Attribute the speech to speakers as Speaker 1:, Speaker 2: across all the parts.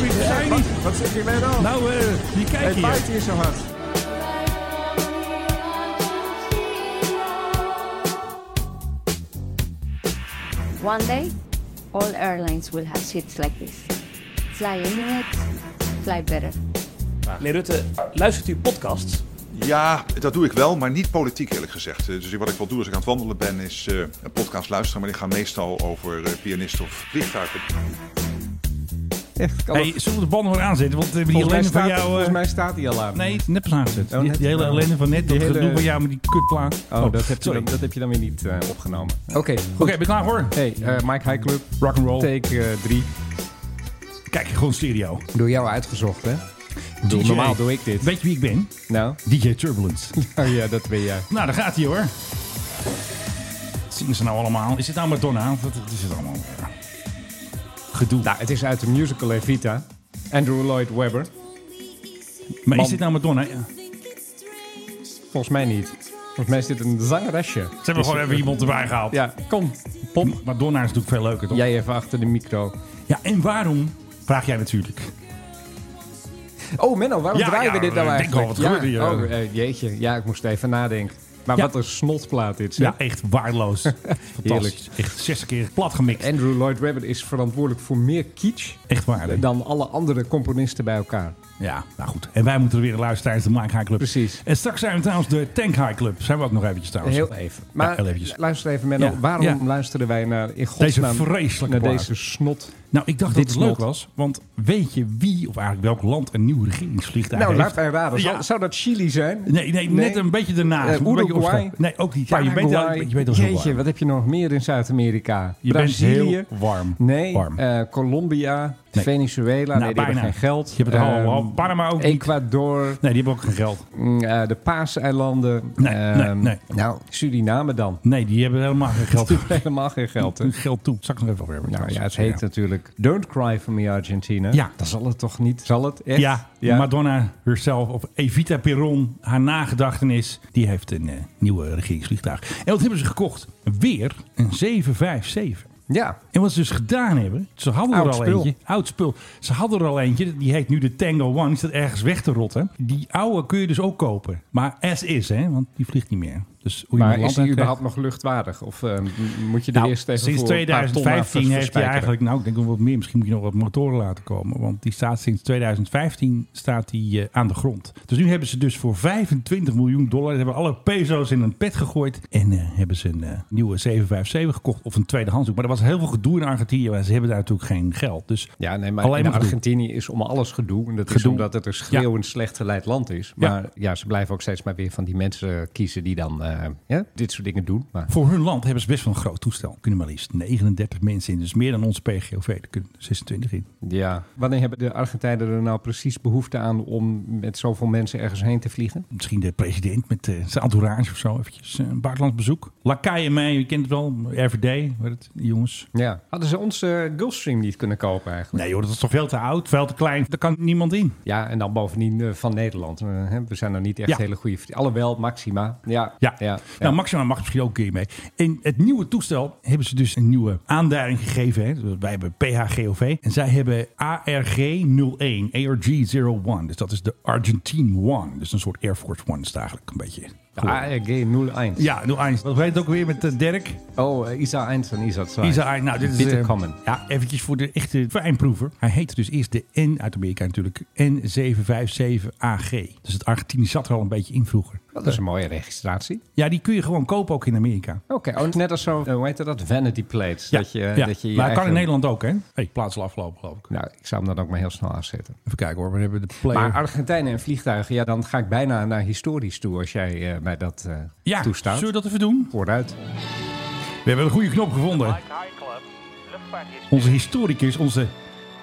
Speaker 1: niet.
Speaker 2: Wat zeg je mij dan?
Speaker 1: Nou, eh, die kijk
Speaker 2: het
Speaker 1: hier.
Speaker 2: waait hier zo hard.
Speaker 3: One day, all airlines will have seats like this. Fly Emirates, fly better.
Speaker 4: Meneer Rutte, luistert u podcasts?
Speaker 5: Ja, dat doe ik wel, maar niet politiek eerlijk gezegd. Eh, Dus wat ik wel doe als ik aan het wandelen ben, is eh, een podcast luisteren. Maar die gaan meestal over eh, pianisten of vliegtuigen.
Speaker 2: Echt, kan
Speaker 1: Hey,
Speaker 2: nog.
Speaker 1: zullen we de band maar aanzetten? Want eh, die
Speaker 2: volgens, mij
Speaker 1: Helene van
Speaker 2: staat,
Speaker 1: jou... eh,
Speaker 2: volgens mij staat hij al aan.
Speaker 1: Nee, het is net pas aangezet.
Speaker 2: Oh,
Speaker 1: die,
Speaker 2: net
Speaker 1: die hele
Speaker 2: pas.
Speaker 1: Helene van net,
Speaker 2: Die
Speaker 1: dat
Speaker 2: hele-
Speaker 1: gedoe bij jou met die kutplaat.
Speaker 2: Oh, dat, heb je
Speaker 1: sorry.
Speaker 2: dan,
Speaker 1: Oké,
Speaker 2: dat heb je dan weer niet eh, opgenomen. Oké, goed.
Speaker 1: ben je klaar voor?
Speaker 2: Hey, eh, Mike High Club,
Speaker 1: Rock'n'roll.
Speaker 2: take eh, 3.
Speaker 1: Kijk, gewoon stereo.
Speaker 2: door jou uitgezocht, hè? Doe,
Speaker 1: DJ.
Speaker 2: normaal doe ik dit.
Speaker 1: Weet je wie ik ben?
Speaker 2: Nou,
Speaker 1: DJ Turbulence.
Speaker 2: oh ja, dat ben jij.
Speaker 1: nou, daar gaat hij hoor. Wat zingen ze nou allemaal? Is dit nou Madonna? Wat wat is het allemaal? weer? Gedoe.
Speaker 2: Nou, het is uit de musical Evita. Andrew Lloyd Webber.
Speaker 1: maar is
Speaker 2: man.
Speaker 1: dit nou Madonna? Ja.
Speaker 2: Volgens mij niet. Volgens mij is dit een zangeresje. Dus-
Speaker 1: Ze hebben gewoon even iemand erbij gehaald.
Speaker 2: Ja, kom.
Speaker 1: Pom. Madonna is natuurlijk veel leuker, toch?
Speaker 2: Jij even achter de micro.
Speaker 1: Ja, en waarom? Vraag jij natuurlijk.
Speaker 2: Oh, Menno, waarom
Speaker 1: Ja,
Speaker 2: draaien
Speaker 1: ja,
Speaker 2: we dit nou
Speaker 1: ik denk wel,
Speaker 2: eigenlijk?
Speaker 1: wat gebeurde hier?
Speaker 2: Oh, eh, jeetje. Ja, ik moest even nadenken. Maar
Speaker 1: Ja.
Speaker 2: wat een snotplaat dit, zeg.
Speaker 1: Ja, echt waardeloos. Fantastisch. Echt 60 keer plat gemikt.
Speaker 2: Andrew Lloyd Webber is verantwoordelijk voor meer kitsch
Speaker 1: Echt waar. hè?
Speaker 2: dan alle andere componisten bij elkaar.
Speaker 1: Ja, nou goed. En wij moeten er weer luisteren tijdens de Mike High Club.
Speaker 2: Precies.
Speaker 1: En straks zijn we trouwens de Tank High Club. Zijn we ook nog eventjes trouwens.
Speaker 2: Heel even. Maar
Speaker 1: heel eventjes.
Speaker 2: luister even, Menno.
Speaker 1: Ja,
Speaker 2: Waarom
Speaker 1: ja.
Speaker 2: luisterden wij naar, in godsnaam,
Speaker 1: Deze vreselijke
Speaker 2: naar
Speaker 1: plaat.
Speaker 2: deze snot?
Speaker 1: Nou, ik dacht
Speaker 2: Dit
Speaker 1: dat het leuk
Speaker 2: slot.
Speaker 1: was. Want weet je wie, of eigenlijk welk land, een nieuw regeringsvliegtuig
Speaker 2: Nou,
Speaker 1: heeft?
Speaker 2: laat mij raden. Zou,
Speaker 1: Ja.
Speaker 2: zou dat Chili zijn?
Speaker 1: Nee, nee, net
Speaker 2: Nee.
Speaker 1: een beetje daarnaast.
Speaker 2: Eh,
Speaker 1: Een beetje
Speaker 2: Uruguay.
Speaker 1: opschuiven. Nee, ook niet. Ja, je bent, wel-
Speaker 2: Paraguay.
Speaker 1: je bent wel zo
Speaker 2: Jeetje,
Speaker 1: warm.
Speaker 2: wat heb je nog meer in Zuid-Amerika?
Speaker 1: Je bent
Speaker 2: Brazilië?
Speaker 1: heel warm.
Speaker 2: Nee,
Speaker 1: Warm.
Speaker 2: eh, Colombia,
Speaker 1: Nee.
Speaker 2: Venezuela,
Speaker 1: Nou,
Speaker 2: nee, die hebben
Speaker 1: bijna.
Speaker 2: geen geld.
Speaker 1: Je hebt het
Speaker 2: Ehm,
Speaker 1: al, al. Panama ook niet.
Speaker 2: Ecuador,
Speaker 1: Nee, die hebben ook geen geld.
Speaker 2: mm, eh, de Paaseilanden.
Speaker 1: Nee,
Speaker 2: ehm,
Speaker 1: nee, nee.
Speaker 2: Nou, Suriname dan.
Speaker 1: Nee, die hebben helemaal geen geld.
Speaker 2: Helemaal geen geld, hè?
Speaker 1: Hun geld toe. Zal ik nog even over hebben.
Speaker 2: Nou ja,
Speaker 1: trouwens.
Speaker 2: het heet natuurlijk Don't Cry For Me Argentina.
Speaker 1: Ja.
Speaker 2: Dan zal het toch niet? Zal het echt?
Speaker 1: Ja, Madonna herself, of Evita Peron, haar nagedachtenis, die heeft een eh, nieuwe regeringsvliegtuig. En wat hebben ze gekocht? Weer een 757.
Speaker 2: ja.
Speaker 1: En wat ze dus gedaan hebben, ze hadden
Speaker 2: Oud
Speaker 1: er al
Speaker 2: spul.
Speaker 1: eentje. Oud spul. Ze hadden er al eentje, die heet nu de Tango One. Die staat ergens weg te rotten. Die oude kun je dus ook kopen. Maar as is, hè, want die vliegt niet meer. Dus hoe je
Speaker 2: Maar
Speaker 1: hem
Speaker 2: is
Speaker 1: land
Speaker 2: hij
Speaker 1: uitkrijgt-
Speaker 2: überhaupt nog luchtwaardig? Of eh, m- moet je er
Speaker 1: Nou,
Speaker 2: eerst even
Speaker 1: sinds
Speaker 2: voor een paar ton aan
Speaker 1: 2015 heeft hij
Speaker 2: verspijkeren?
Speaker 1: eigenlijk, nou ik denk wel wat meer, misschien moet je nog wat motoren laten komen. Want die staat sinds 2015 staat die, eh, aan de grond. Dus nu hebben ze dus voor 25 miljoen dollar, hebben alle peso's in een pet gegooid. En eh, hebben ze een eh, nieuwe 757 gekocht of een tweedehands. ook. Maar er was heel veel gedoe in Argentinië, maar ze hebben daar natuurlijk geen geld. Dus
Speaker 2: Ja, nee, maar
Speaker 1: Alleen
Speaker 2: in
Speaker 1: maar gedoe.
Speaker 2: Argentinië is om alles gedoe. En dat is
Speaker 1: Gedoe.
Speaker 2: omdat het een schreeuwend slecht geleid land is.
Speaker 1: Ja.
Speaker 2: Maar ja. ze blijven ook steeds maar weer van die mensen kiezen die dan eh, ja, dit soort dingen doen. Maar
Speaker 1: voor hun land hebben ze best wel een groot toestel. Kunnen maar liefst 39 mensen in, dus meer dan ons PGOV. Daar kunnen 26 in.
Speaker 2: ja, wanneer hebben de Argentijnen er nou precies behoefte aan om met zoveel mensen ergens heen te vliegen?
Speaker 1: misschien de president met eh, zijn entourage of zo. Eventjes eh, een buitenlands bezoek. Lakai en mij, je kent het wel. RVD, hoe heet het, die jongens.
Speaker 2: Ja. Hadden ze ons eh, Gulfstream niet kunnen kopen eigenlijk?
Speaker 1: Nee joh, dat is toch veel te oud, veel te klein. Daar kan niemand in.
Speaker 2: Ja, en dan bovendien eh, van Nederland. Eh, hè, we zijn nou niet echt
Speaker 1: Ja.
Speaker 2: hele goede... vert- Alhoewel, Maxima. Ja,
Speaker 1: Ja.
Speaker 2: ja,
Speaker 1: Nou, Maxima mag misschien ook een keer mee. In het nieuwe toestel hebben ze dus een nieuwe aanduiding gegeven. Hè. Dus Wij hebben PHGOV. En zij hebben ARG-01, ARG-01. Dus dat is de Argentine One. Dus een soort Air Force One is het eigenlijk een beetje.
Speaker 2: ARG 01.
Speaker 1: Ja, 01. Dat weet het ook weer met eh, Dirk.
Speaker 2: Oh, eh, Isa 1 en Isa 2.
Speaker 1: Isa Ein, nou, dit is
Speaker 2: Bitter
Speaker 1: eh,
Speaker 2: common.
Speaker 1: Ja, eventjes voor de echte fijnproever. Hij heette dus eerst de N uit Amerika natuurlijk. N757AG. Dus het Argentinië zat er al een beetje in vroeger.
Speaker 2: Dat is een mooie registratie.
Speaker 1: Ja, die kun je gewoon kopen ook in Amerika.
Speaker 2: Oké, oh, net als zo, eh, hoe heet dat? Vanity plates.
Speaker 1: Ja,
Speaker 2: dat je,
Speaker 1: ja.
Speaker 2: dat je je
Speaker 1: maar hij kan in
Speaker 2: eigen-
Speaker 1: Nederland ook, hè? Hey, plaats al afgelopen, geloof ik.
Speaker 2: Nou, ik zou hem dan ook maar heel snel afzetten.
Speaker 1: Even kijken hoor, we hebben de player.
Speaker 2: Maar Argentijnen en vliegtuigen, ja, dan ga ik bijna naar historisch toe als jij eh, mij dat eh,
Speaker 1: ja,
Speaker 2: toestaat.
Speaker 1: zullen we dat even doen?
Speaker 2: Vooruit.
Speaker 1: We hebben een goede knop gevonden. Onze historicus, onze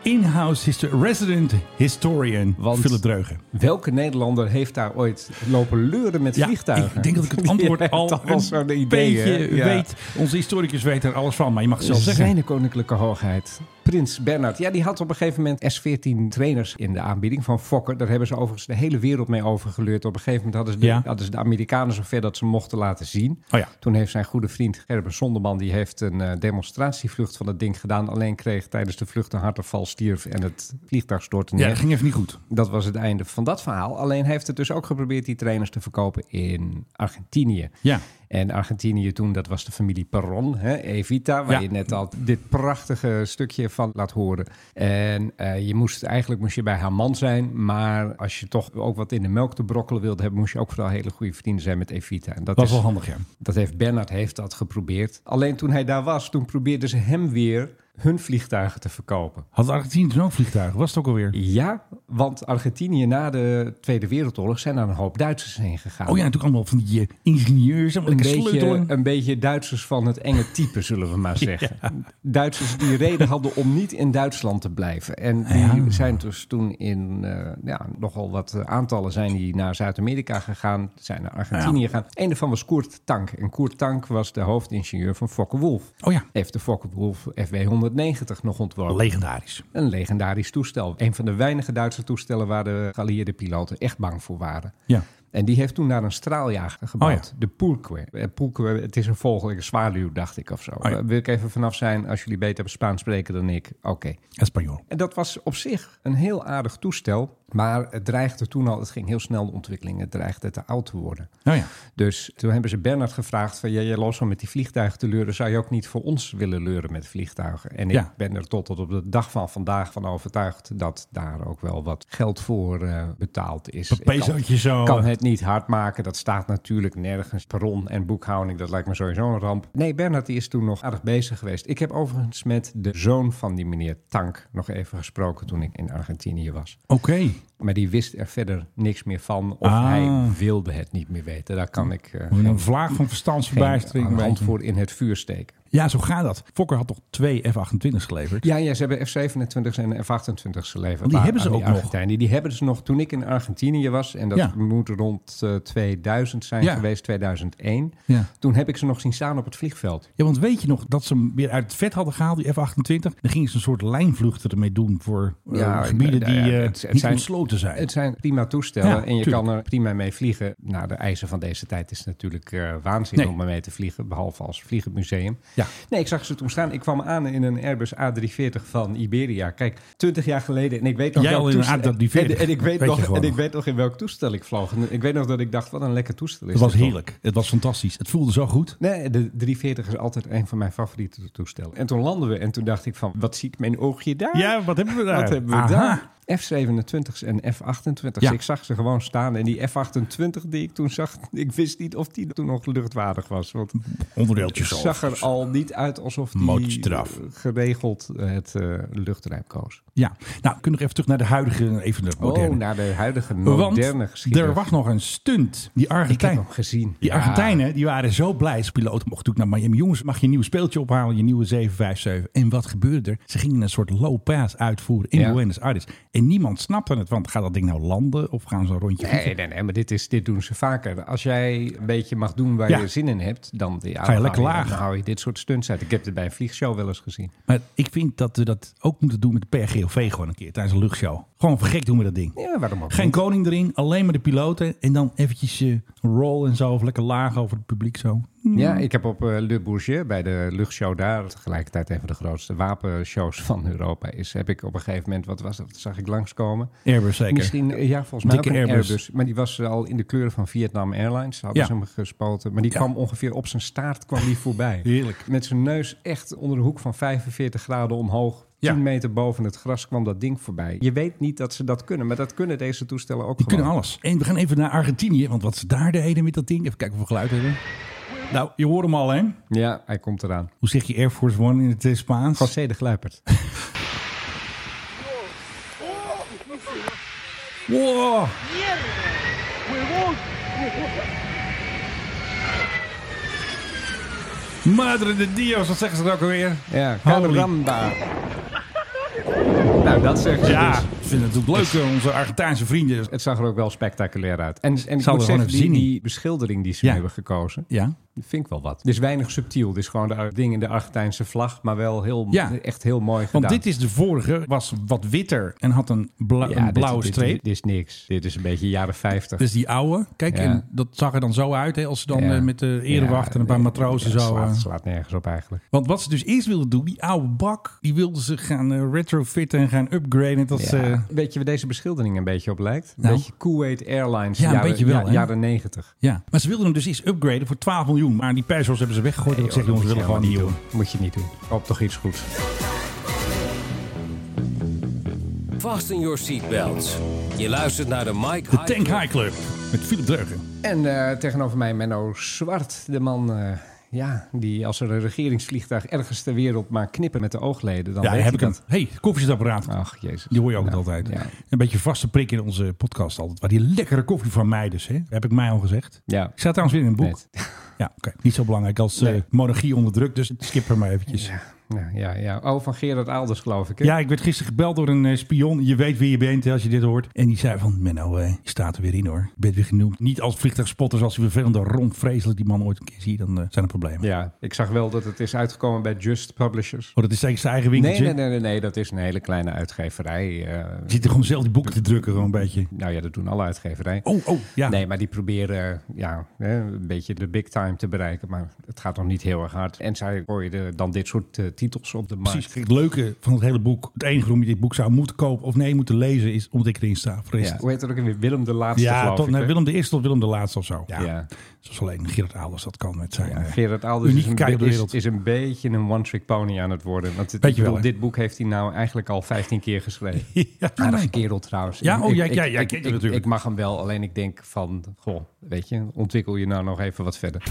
Speaker 1: in-house histo- resident historian,
Speaker 2: Want-
Speaker 1: Philip Dreugen.
Speaker 2: Welke Nederlander heeft daar ooit lopen leuren met
Speaker 1: Ja,
Speaker 2: vliegtuigen?
Speaker 1: Ik denk dat ik het
Speaker 2: Die
Speaker 1: antwoord
Speaker 2: heeft
Speaker 1: al een
Speaker 2: zo'n idee,
Speaker 1: beetje
Speaker 2: hè? Ja.
Speaker 1: weet. Onze historicus weten er alles van, maar je mag het zelf zeggen.
Speaker 2: Zijn de koninklijke hoogheid, Prins Bernhard. Ja, die had op een gegeven moment S14 trainers in de aanbieding van Fokker. Daar hebben ze overigens de hele wereld mee overgeleurd. Op een gegeven moment hadden ze de,
Speaker 1: Ja.
Speaker 2: hadden ze de Amerikanen zover dat ze mochten laten zien.
Speaker 1: Oh ja.
Speaker 2: Toen heeft zijn goede vriend Gerben Sonderman die heeft een eh, demonstratievlucht van dat ding gedaan. Alleen kreeg tijdens de vlucht een hartaanval, stierf en het vliegtuig stortte neer.
Speaker 1: Ja, dat ging even niet goed.
Speaker 2: Dat was het einde van dat verhaal. Alleen hij heeft het dus ook geprobeerd die trainers te verkopen in Argentinië.
Speaker 1: Ja.
Speaker 2: En Argentinië toen, dat was de familie Perron, hè, Evita, waar
Speaker 1: Ja.
Speaker 2: je net al dit prachtige stukje van laat horen. En eh, je moest eigenlijk moest je bij haar man zijn, maar als je toch ook wat in de melk te brokkelen wilde hebben, moest je ook vooral hele goede vrienden zijn met Evita. En dat,
Speaker 1: Dat was
Speaker 2: is,
Speaker 1: wel handig, ja.
Speaker 2: dat heeft Bernard heeft dat geprobeerd. Alleen toen hij daar was, toen probeerden ze hem weer hun vliegtuigen te verkopen.
Speaker 1: Had Argentinië toen ook vliegtuigen? Was het ook alweer?
Speaker 2: Ja, want Argentinië na de Tweede Wereldoorlog zijn er een hoop Duitsers heen gegaan.
Speaker 1: Oh ja, natuurlijk allemaal van die eh, ingenieurs. Allemaal
Speaker 2: Een
Speaker 1: lekker
Speaker 2: beetje,
Speaker 1: sleutelen.
Speaker 2: een beetje Duitsers van het enge type, zullen we maar zeggen. Duitsers die reden hadden om niet in Duitsland te blijven. En die
Speaker 1: Ah, Ja.
Speaker 2: zijn dus toen in eh, ja, nogal wat eh, aantallen zijn die naar Zuid-Amerika gegaan, zijn naar Argentinië gegaan. Een daarvan was Koert Tank. En Koert Tank was de hoofdingenieur van Fokker Wolf.
Speaker 1: Oh ja,
Speaker 2: Heeft de Fokker Wolf FW-190 nog ontworpen.
Speaker 1: legendarisch.
Speaker 2: Een legendarisch toestel. Een van de weinige Duitse toestellen waar de geallieerde piloten echt bang voor waren.
Speaker 1: Ja.
Speaker 2: En die heeft toen naar een straaljager gebouwd.
Speaker 1: Oh ja.
Speaker 2: De Pulque. Eh, Pulque, het is een vogel, een zwaluw, dacht ik of zo.
Speaker 1: Oh ja.
Speaker 2: Eh, Wil ik even vanaf zijn, als jullie beter Spaans spreken dan ik. Oké.
Speaker 1: Espanol.
Speaker 2: En dat was op zich een heel aardig toestel. Maar het dreigde toen al, het ging heel snel de ontwikkeling, het dreigde te oud te worden.
Speaker 1: Oh ja.
Speaker 2: Dus toen hebben ze Bernard gevraagd van... Ja, jij los van met die vliegtuigen te leuren... zou je ook niet voor ons willen leuren met vliegtuigen? En ik
Speaker 1: Ja.
Speaker 2: ben er tot, tot op de dag van vandaag van overtuigd... dat daar ook wel wat geld voor eh, betaald is. Ik kan,
Speaker 1: Pezootje zo.
Speaker 2: kan het niet hard maken. Dat staat natuurlijk nergens. Perron en boekhouding, dat lijkt me sowieso een ramp. Nee, Bernard die is toen nog aardig bezig geweest. Ik heb overigens met de zoon van die meneer Tank... nog even gesproken toen ik in Argentinië was.
Speaker 1: Oké.
Speaker 2: Maar die wist er verder niks meer van. Of
Speaker 1: Ah.
Speaker 2: hij wilde het niet meer weten. Daar kan ik eh, geen-
Speaker 1: Een vlaag van
Speaker 2: geen
Speaker 1: verstandsverbijstering.
Speaker 2: hand voor in het vuur steken.
Speaker 1: Ja, zo gaat dat. Fokker had toch twee F-28's geleverd?
Speaker 2: Ja, ja, ze hebben F-27's en F-28's geleverd.
Speaker 1: die
Speaker 2: Maar
Speaker 1: hebben ze
Speaker 2: aan
Speaker 1: ook nog.
Speaker 2: Argentijnen, Die hebben ze nog toen ik in Argentinië was. En dat
Speaker 1: Ja.
Speaker 2: moet rond eh, 2000 zijn
Speaker 1: Ja.
Speaker 2: geweest, 2001.
Speaker 1: Ja.
Speaker 2: Toen heb ik ze nog zien staan op het vliegveld.
Speaker 1: Ja, want weet je nog dat ze hem weer uit het vet hadden gehaald, die F-28? Dan gingen ze een soort lijnvluchten ermee doen voor eh,
Speaker 2: Ja,
Speaker 1: gebieden
Speaker 2: ik-
Speaker 1: die
Speaker 2: nou ja,
Speaker 1: eh,
Speaker 2: het- het
Speaker 1: niet
Speaker 2: zijn-
Speaker 1: ontsloten zijn.
Speaker 2: Het zijn prima toestellen
Speaker 1: Ja,
Speaker 2: en je
Speaker 1: tuurlijk.
Speaker 2: kan er prima mee vliegen. Nou, de eisen van deze tijd is natuurlijk eh, waanzin
Speaker 1: Nee.
Speaker 2: om ermee te vliegen, behalve als vliegenmuseum.
Speaker 1: Ja.
Speaker 2: Nee, ik zag ze toen staan. Ik kwam aan in een Airbus A340 van Iberia. Kijk, 20 jaar geleden en ik weet nog
Speaker 1: Jij
Speaker 2: welk
Speaker 1: al in een
Speaker 2: toestel-
Speaker 1: A340.
Speaker 2: En, en ik weet
Speaker 1: Weet je
Speaker 2: nog,
Speaker 1: gewoon
Speaker 2: en ik
Speaker 1: nog.
Speaker 2: weet nog in welk toestel ik vloog. En ik weet nog dat ik dacht, wat een lekker toestel is.
Speaker 1: het was
Speaker 2: dit toch?
Speaker 1: heerlijk. Het was fantastisch. Het voelde zo goed.
Speaker 2: Nee, de 340 is altijd een van mijn favoriete toestellen. En toen landden we en toen dacht ik van, wat ziet mijn oogje daar?
Speaker 1: Ja, wat hebben we daar?
Speaker 2: Wat hebben we
Speaker 1: Aha.
Speaker 2: daar? F-27's en F-28's.
Speaker 1: Ja.
Speaker 2: Ik zag ze gewoon staan. En die F-28 die ik toen zag, ik wist niet of die toen nog luchtwaardig was. Want ik
Speaker 1: Onderdeeltjes zo.
Speaker 2: zag er al niet uit alsof die eh,
Speaker 1: Motortje eraf.
Speaker 2: geregeld het eh luchtruim koos.
Speaker 1: Ja, nou, we kunnen nog even terug naar de huidige, even de moderne.
Speaker 2: Oh, naar de huidige
Speaker 1: Want
Speaker 2: moderne geschiedenis.
Speaker 1: er was nog een stunt. Die
Speaker 2: ik heb
Speaker 1: Argentijn.
Speaker 2: hem gezien.
Speaker 1: Die
Speaker 2: Ja.
Speaker 1: Argentijnen die waren zo blij. Als piloot mocht natuurlijk naar Miami. Jongens, mag je een nieuw speeltje ophalen, je nieuwe 757. En wat gebeurde er? Ze gingen een soort low pass uitvoeren in
Speaker 2: Ja.
Speaker 1: Buenos Aires. En niemand snapte het, want gaat dat ding nou landen of gaan ze een rondje vliegen?
Speaker 2: Nee, nee, nee, maar dit, is, dit doen ze vaker. Als jij een beetje mag doen waar
Speaker 1: Ja.
Speaker 2: je zin in hebt, dan, ja,
Speaker 1: Ga je
Speaker 2: dan
Speaker 1: lekker
Speaker 2: hou
Speaker 1: laag.
Speaker 2: Dan hou je dit soort stunts uit. Ik heb het bij een vliegshow wel eens gezien.
Speaker 1: Maar ik vind dat we dat ook moeten doen met de PRGOV gewoon een keer tijdens een luchtshow. Gewoon vergek doen we dat ding.
Speaker 2: Ja, waarom ook
Speaker 1: Geen koning erin, alleen maar de piloten. En dan eventjes eh, roll en zo, of lekker laag over het publiek zo.
Speaker 2: Ja, ik heb op eh, Le Bourget, bij de luchtshow daar, tegelijkertijd een van de grootste wapenshows van Europa is, heb ik op een gegeven moment, wat was dat, zag ik langskomen.
Speaker 1: Airbus zeker.
Speaker 2: Misschien, eh, ja, volgens mij
Speaker 1: Dikke
Speaker 2: ook een
Speaker 1: Airbus.
Speaker 2: Airbus. Maar die was eh, al in de kleuren van Vietnam Airlines, hadden
Speaker 1: Ja.
Speaker 2: ze hem gespoten. Maar die
Speaker 1: Ja.
Speaker 2: kwam ongeveer op zijn staart, kwam die voorbij.
Speaker 1: Heerlijk.
Speaker 2: Met zijn neus echt onder de hoek van 45 graden omhoog.
Speaker 1: Ja.
Speaker 2: 10 meter boven het gras kwam dat ding voorbij. Je weet niet dat ze dat kunnen, maar dat kunnen deze toestellen ook
Speaker 1: Die
Speaker 2: gewoon.
Speaker 1: kunnen alles. En we gaan even naar Argentinië, want wat ze daar deden met dat ding. Even kijken of we geluid hebben. Nou, je hoort hem al, hè?
Speaker 2: Ja, hij komt eraan.
Speaker 1: Hoe zeg je Air Force One in het eh, Spaans?
Speaker 2: José de Gluipert.
Speaker 1: Wow. Madre de Dios, wat zeggen ze er ook alweer?
Speaker 2: Ja,
Speaker 1: Holy.
Speaker 2: Caramba. nou, dat zegt ze
Speaker 1: Ja,
Speaker 2: dus.
Speaker 1: vind het ook leuk, eh, onze Argentijnse vrienden.
Speaker 2: Het zag er ook wel spectaculair uit. En, en ik
Speaker 1: Zal er
Speaker 2: moet
Speaker 1: gewoon
Speaker 2: zeggen,
Speaker 1: even
Speaker 2: die,
Speaker 1: zien in.
Speaker 2: die beschildering die ze
Speaker 1: Ja.
Speaker 2: hebben gekozen,
Speaker 1: Ja,
Speaker 2: die vind ik wel wat. Het is weinig subtiel. Het is gewoon de Ar- ding in de Argentijnse vlag, maar wel heel,
Speaker 1: Ja.
Speaker 2: echt heel mooi gedaan.
Speaker 1: want dit is de vorige, was wat witter en had een, bla-
Speaker 2: Ja,
Speaker 1: een
Speaker 2: dit-
Speaker 1: blauwe
Speaker 2: dit-
Speaker 1: streep.
Speaker 2: Dit, is niks. Dit is een beetje jaren 50.
Speaker 1: Dus die oude, kijk,
Speaker 2: Ja.
Speaker 1: en dat zag er dan zo uit, hè, als ze dan
Speaker 2: Ja.
Speaker 1: eh, met de erewacht
Speaker 2: Ja,
Speaker 1: en een paar
Speaker 2: nee,
Speaker 1: matrozen
Speaker 2: ja,
Speaker 1: zo...
Speaker 2: Slaat,
Speaker 1: eh,
Speaker 2: slaat nergens op eigenlijk.
Speaker 1: Want wat ze dus eerst wilden doen, die oude bak, die wilden ze gaan eh, retrofitten en gaan upgraden. Dat ze,
Speaker 2: Ja. Weet je waar deze beschildering een beetje op lijkt? Een
Speaker 1: eh, Nou?
Speaker 2: beetje Kuwait Airlines,
Speaker 1: Ja, een
Speaker 2: jaren,
Speaker 1: beetje wel,
Speaker 2: ja,
Speaker 1: hè?
Speaker 2: jaren 90.
Speaker 1: ja. Maar ze wilden hem dus eerst upgraden voor 12 miljoen. Maar die pesos hebben ze weggegooid. en ik zeg,
Speaker 2: joh,
Speaker 1: jongens, we
Speaker 2: oh, dat
Speaker 1: willen
Speaker 2: moet
Speaker 1: gewoon
Speaker 2: je
Speaker 1: niet, joh.
Speaker 2: helemaal niet doen. Moet je niet doen. Koop toch iets goeds.
Speaker 6: Fasten your seatbelts. Je luistert naar de Mike
Speaker 1: De Tank High Club met Philip Dreugen.
Speaker 2: En eh, tegenover mij Menno Zwart, de man eh, ja, die als er een regeringsvliegtuig ergens ter wereld maar knippen met de oogleden,
Speaker 1: Ja,
Speaker 2: dan
Speaker 1: daar
Speaker 2: weet
Speaker 1: heb ik
Speaker 2: hij
Speaker 1: hem. hey, koffiezetapparaat.
Speaker 2: dat. Ach, jezus.
Speaker 1: Die hoor je ook
Speaker 2: Nou,
Speaker 1: altijd.
Speaker 2: Ja.
Speaker 1: Een beetje vaste prik in onze podcast altijd. Maar die lekkere koffie van mij dus, hè? heb ik mij al gezegd.
Speaker 2: ja.
Speaker 1: Ik staat trouwens weer in een boek.
Speaker 2: Net.
Speaker 1: Ja, oké. Niet zo belangrijk als eh,
Speaker 2: Nee.
Speaker 1: monarchie onder druk, dus skip er maar eventjes. Ja,
Speaker 2: Ja, ja, ja. Oh, van Gerard Aalders, geloof ik. hè?
Speaker 1: ik werd gisteren gebeld door een eh, spion. Je weet wie je bent hè, als je dit hoort. En die zei van, Menno, eh, je staat er weer in hoor. Je bent weer genoemd. Niet als vliegtuigspotter, zoals die vervelende Ron Vreselijk die man ooit een keer zie, dan eh, zijn er problemen.
Speaker 2: ja, ik zag wel dat het is uitgekomen bij Just Publishers.
Speaker 1: Oh, dat is eigenlijk zijn eigen
Speaker 2: Nee,
Speaker 1: winkeltje.
Speaker 2: nee, nee, nee, nee, dat is een hele kleine uitgeverij. eh.
Speaker 1: Je zit er gewoon zelf die boeken te drukken, gewoon een beetje.
Speaker 2: nou ja, dat doen alle uitgeverijen.
Speaker 1: Oh, oh, ja.
Speaker 2: Nee, maar die proberen ja, hè, een beetje de big time te bereiken. Maar het gaat nog niet heel erg hard. En zij gooien dan dit soort eh, titels op de markt.
Speaker 1: Precies. Kijk, het leuke van het hele boek, het enige waarom je dit boek zou moeten kopen of nee moeten lezen, is omdat ik erin sta. Voor de rest-
Speaker 2: Ja. Hoe heet dat ook weer? Willem de Laatste,
Speaker 1: Ja,
Speaker 2: geloof
Speaker 1: tot,
Speaker 2: ik,
Speaker 1: nee,
Speaker 2: hè?
Speaker 1: Willem de Eerste tot Willem de Laatste of zo. Ja.
Speaker 2: Ja.
Speaker 1: Zoals alleen Gerard Aalders dat kan met zijn...
Speaker 2: Ja,
Speaker 1: eh,
Speaker 2: Gerard Alders is
Speaker 1: unieke
Speaker 2: een,
Speaker 1: kijk op de
Speaker 2: be- is,
Speaker 1: wereld.
Speaker 2: is een beetje een one-trick pony aan het worden. Want het,
Speaker 1: Weet
Speaker 2: ik
Speaker 1: je wel,
Speaker 2: bedoel,
Speaker 1: hè?
Speaker 2: dit boek heeft hij nou eigenlijk al 15 keer geschreven.
Speaker 1: ja,
Speaker 2: Aardige
Speaker 1: nee.
Speaker 2: kerel trouwens.
Speaker 1: Ja,
Speaker 2: Ik-
Speaker 1: oh,
Speaker 2: ik-
Speaker 1: jij-
Speaker 2: ik-
Speaker 1: jij- jij
Speaker 2: ik-
Speaker 1: kent hem
Speaker 2: ik-
Speaker 1: natuurlijk.
Speaker 2: Ik mag hem wel, alleen ik denk van, goh, weet je, ontwikkel je nou nog even wat verder.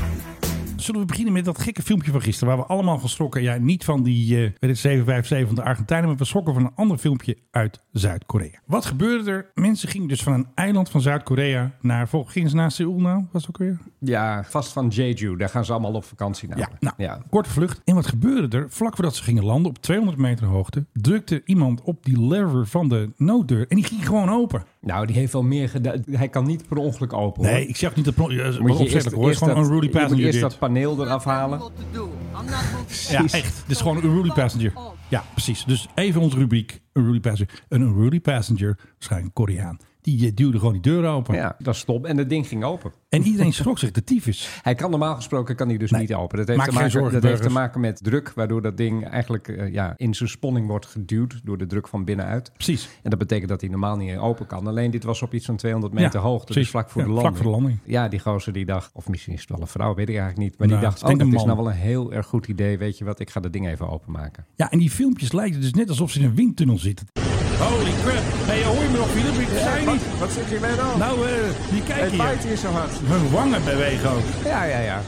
Speaker 1: Zullen we beginnen met dat gekke filmpje van gisteren, waar we allemaal van schrokken. Ja, niet van die eh, weet het, 757 van de Argentijnen, maar we schrokken van een ander filmpje uit Zuid-Korea. Wat gebeurde er? Mensen gingen dus van een eiland van Zuid-Korea naar, volgens gingen ze naar Seoul nou, was het ook weer?
Speaker 2: Ja, vast van Jeju, daar gaan ze allemaal op vakantie naar.
Speaker 1: Ja, nou, korte vlucht. En wat gebeurde er? Vlak voordat ze gingen landen, op 200 meter hoogte, drukte iemand op die lever van de nooddeur en die ging gewoon open.
Speaker 2: Nou, die heeft wel meer gedaan. Hij kan niet per ongeluk open. hoor.
Speaker 1: Nee, ik zeg niet dat pro- eh, wat
Speaker 2: Moet je
Speaker 1: opzettelijk
Speaker 2: eerst,
Speaker 1: hoor. Het is
Speaker 2: eerst
Speaker 1: gewoon
Speaker 2: dat,
Speaker 1: een ruly
Speaker 2: je moet
Speaker 1: passenger
Speaker 2: eerst
Speaker 1: dit.
Speaker 2: dat paneel eraf halen.
Speaker 1: Ja, echt. Dit is gewoon een ruly passenger. Ja, precies. Dus even onze rubriek, een ruly passenger. En een ruly passenger, waarschijnlijk een Koreaan, die eh, duwde gewoon die deur open.
Speaker 2: Ja, dat is stom. En dat ding ging open.
Speaker 1: En iedereen schrok zich de tyfus.
Speaker 2: Hij kan normaal gesproken kan hij dus niet open. Dat heeft,
Speaker 1: Maak
Speaker 2: te
Speaker 1: je geen
Speaker 2: maken,
Speaker 1: zorgen,
Speaker 2: dat heeft te
Speaker 1: burgers.
Speaker 2: maken met druk, waardoor dat ding eigenlijk eh, ja, in zijn sponning wordt geduwd door de druk van binnenuit.
Speaker 1: Precies.
Speaker 2: En dat betekent dat hij normaal niet open kan. Alleen dit was op iets van 200 meter
Speaker 1: Ja,
Speaker 2: hoogte, dus
Speaker 1: precies.
Speaker 2: vlak voor,
Speaker 1: Ja,
Speaker 2: de
Speaker 1: vlak
Speaker 2: landing.
Speaker 1: voor de landing.
Speaker 2: Ja, die gozer die dacht, of misschien is het wel een vrouw, weet ik eigenlijk niet. Maar
Speaker 1: Nou,
Speaker 2: die
Speaker 1: ik
Speaker 2: dacht, oh,
Speaker 1: denk
Speaker 2: dat
Speaker 1: een
Speaker 2: is nou
Speaker 1: man.
Speaker 2: wel een heel erg goed idee. Weet je wat, ik ga dat ding even openmaken.
Speaker 1: Ja, en die filmpjes lijken dus net alsof ze in een windtunnel zitten. Holy crap. Hey, hoor je me nog, Philip? Ik zei niet.
Speaker 2: Wat zeg je mij dan?
Speaker 1: Nou, eh, die kijken hier.
Speaker 2: hier zo hard.
Speaker 1: Hun wangen bewegen ook.
Speaker 2: Ja, ja, ja.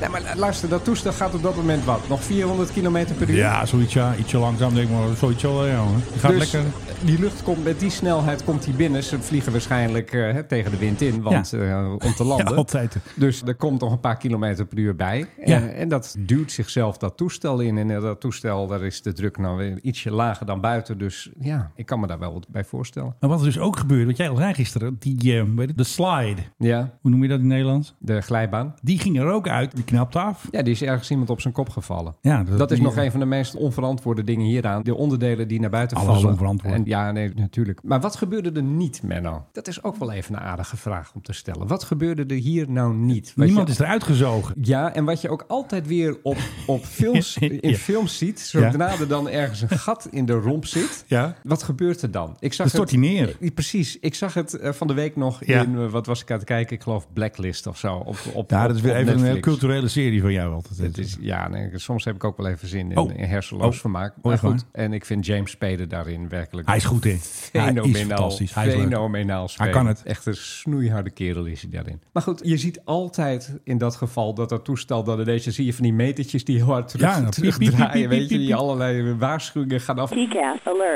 Speaker 2: Nee, maar luister, dat toestel gaat op dat moment wat? Nog 400 km per uur?
Speaker 1: Ja, zoiets ja. Ietsje langzaam denk ik maar. Zoiets wel, ja hoor. Je gaat
Speaker 2: Dus
Speaker 1: lekker.
Speaker 2: die lucht komt met die snelheid komt die binnen. Ze vliegen waarschijnlijk eh, hè, tegen de wind in, want
Speaker 1: Ja.
Speaker 2: eh, om te landen.
Speaker 1: Ja, altijd.
Speaker 2: Dus er komt nog een paar kilometer per uur bij.
Speaker 1: Ja.
Speaker 2: En, en dat duwt zichzelf dat toestel in. En eh, dat toestel, daar is de druk nou weer ietsje lager dan buiten. Dus ja, ik kan me daar wel wat bij voorstellen.
Speaker 1: Maar wat er dus ook gebeurde, wat jij al zei gisteren, die, eh, weet het, de slide,
Speaker 2: Ja,
Speaker 1: hoe noem je dat in Nederlands?
Speaker 2: de glijbaan.
Speaker 1: Die ging er ook uit, die knapte af.
Speaker 2: Ja, die is ergens iemand op zijn kop gevallen.
Speaker 1: Ja,
Speaker 2: Dat is
Speaker 1: die- eh,
Speaker 2: nog een van de meest onverantwoorde dingen hieraan. De onderdelen die naar buiten
Speaker 1: Alles
Speaker 2: vallen.
Speaker 1: is onverantwoord.
Speaker 2: En ja, nee, natuurlijk. Maar wat gebeurde er niet, Menno? Dat is ook wel even een aardige vraag om te stellen. Wat gebeurde er hier nou niet? Wat
Speaker 1: Niemand
Speaker 2: je-
Speaker 1: is eruit gezogen.
Speaker 2: Ja, en wat je ook altijd weer op, op films,
Speaker 1: Ja.
Speaker 2: in films ziet... zodra er dan ergens een gat in de romp zit...
Speaker 1: Ja.
Speaker 2: Wat gebeurt er dan? Ik zag
Speaker 1: Dan stort
Speaker 2: het-
Speaker 1: hij neer.
Speaker 2: Eh, Precies. Ik zag het eh, van de week nog
Speaker 1: Ja.
Speaker 2: in... eh, wat was ik aan het kijken? Ik geloof Blacklist of zo. Op, op,
Speaker 1: Ja, dat is
Speaker 2: op-
Speaker 1: weer
Speaker 2: op
Speaker 1: even een
Speaker 2: Netflix.
Speaker 1: culturele serie van jou altijd.
Speaker 2: Het is, ja, nee, soms heb ik ook wel even zin in,
Speaker 1: Oh.
Speaker 2: in hersenloos
Speaker 1: Oh.
Speaker 2: vermaak.
Speaker 1: Oh,
Speaker 2: Maar
Speaker 1: echt waar?
Speaker 2: goed, en ik vind James Spader daarin werkelijk
Speaker 1: Hij is goed in. Ja, Hij is fantastisch. Hij is leuk.
Speaker 2: fenomenaal spelen.
Speaker 1: kan het.
Speaker 2: Echt een snoeiharde kerel is hij daarin. Maar goed, je ziet altijd in dat geval dat dat toestel dat ineens... zie je van die metertjes die heel hard terug,
Speaker 1: Ja, en dan piep, piep,
Speaker 2: terugdraaien,
Speaker 1: piep, piep,
Speaker 2: weet je,
Speaker 1: piep,
Speaker 2: die
Speaker 1: piep.
Speaker 2: allerlei waarschuwingen gaan af.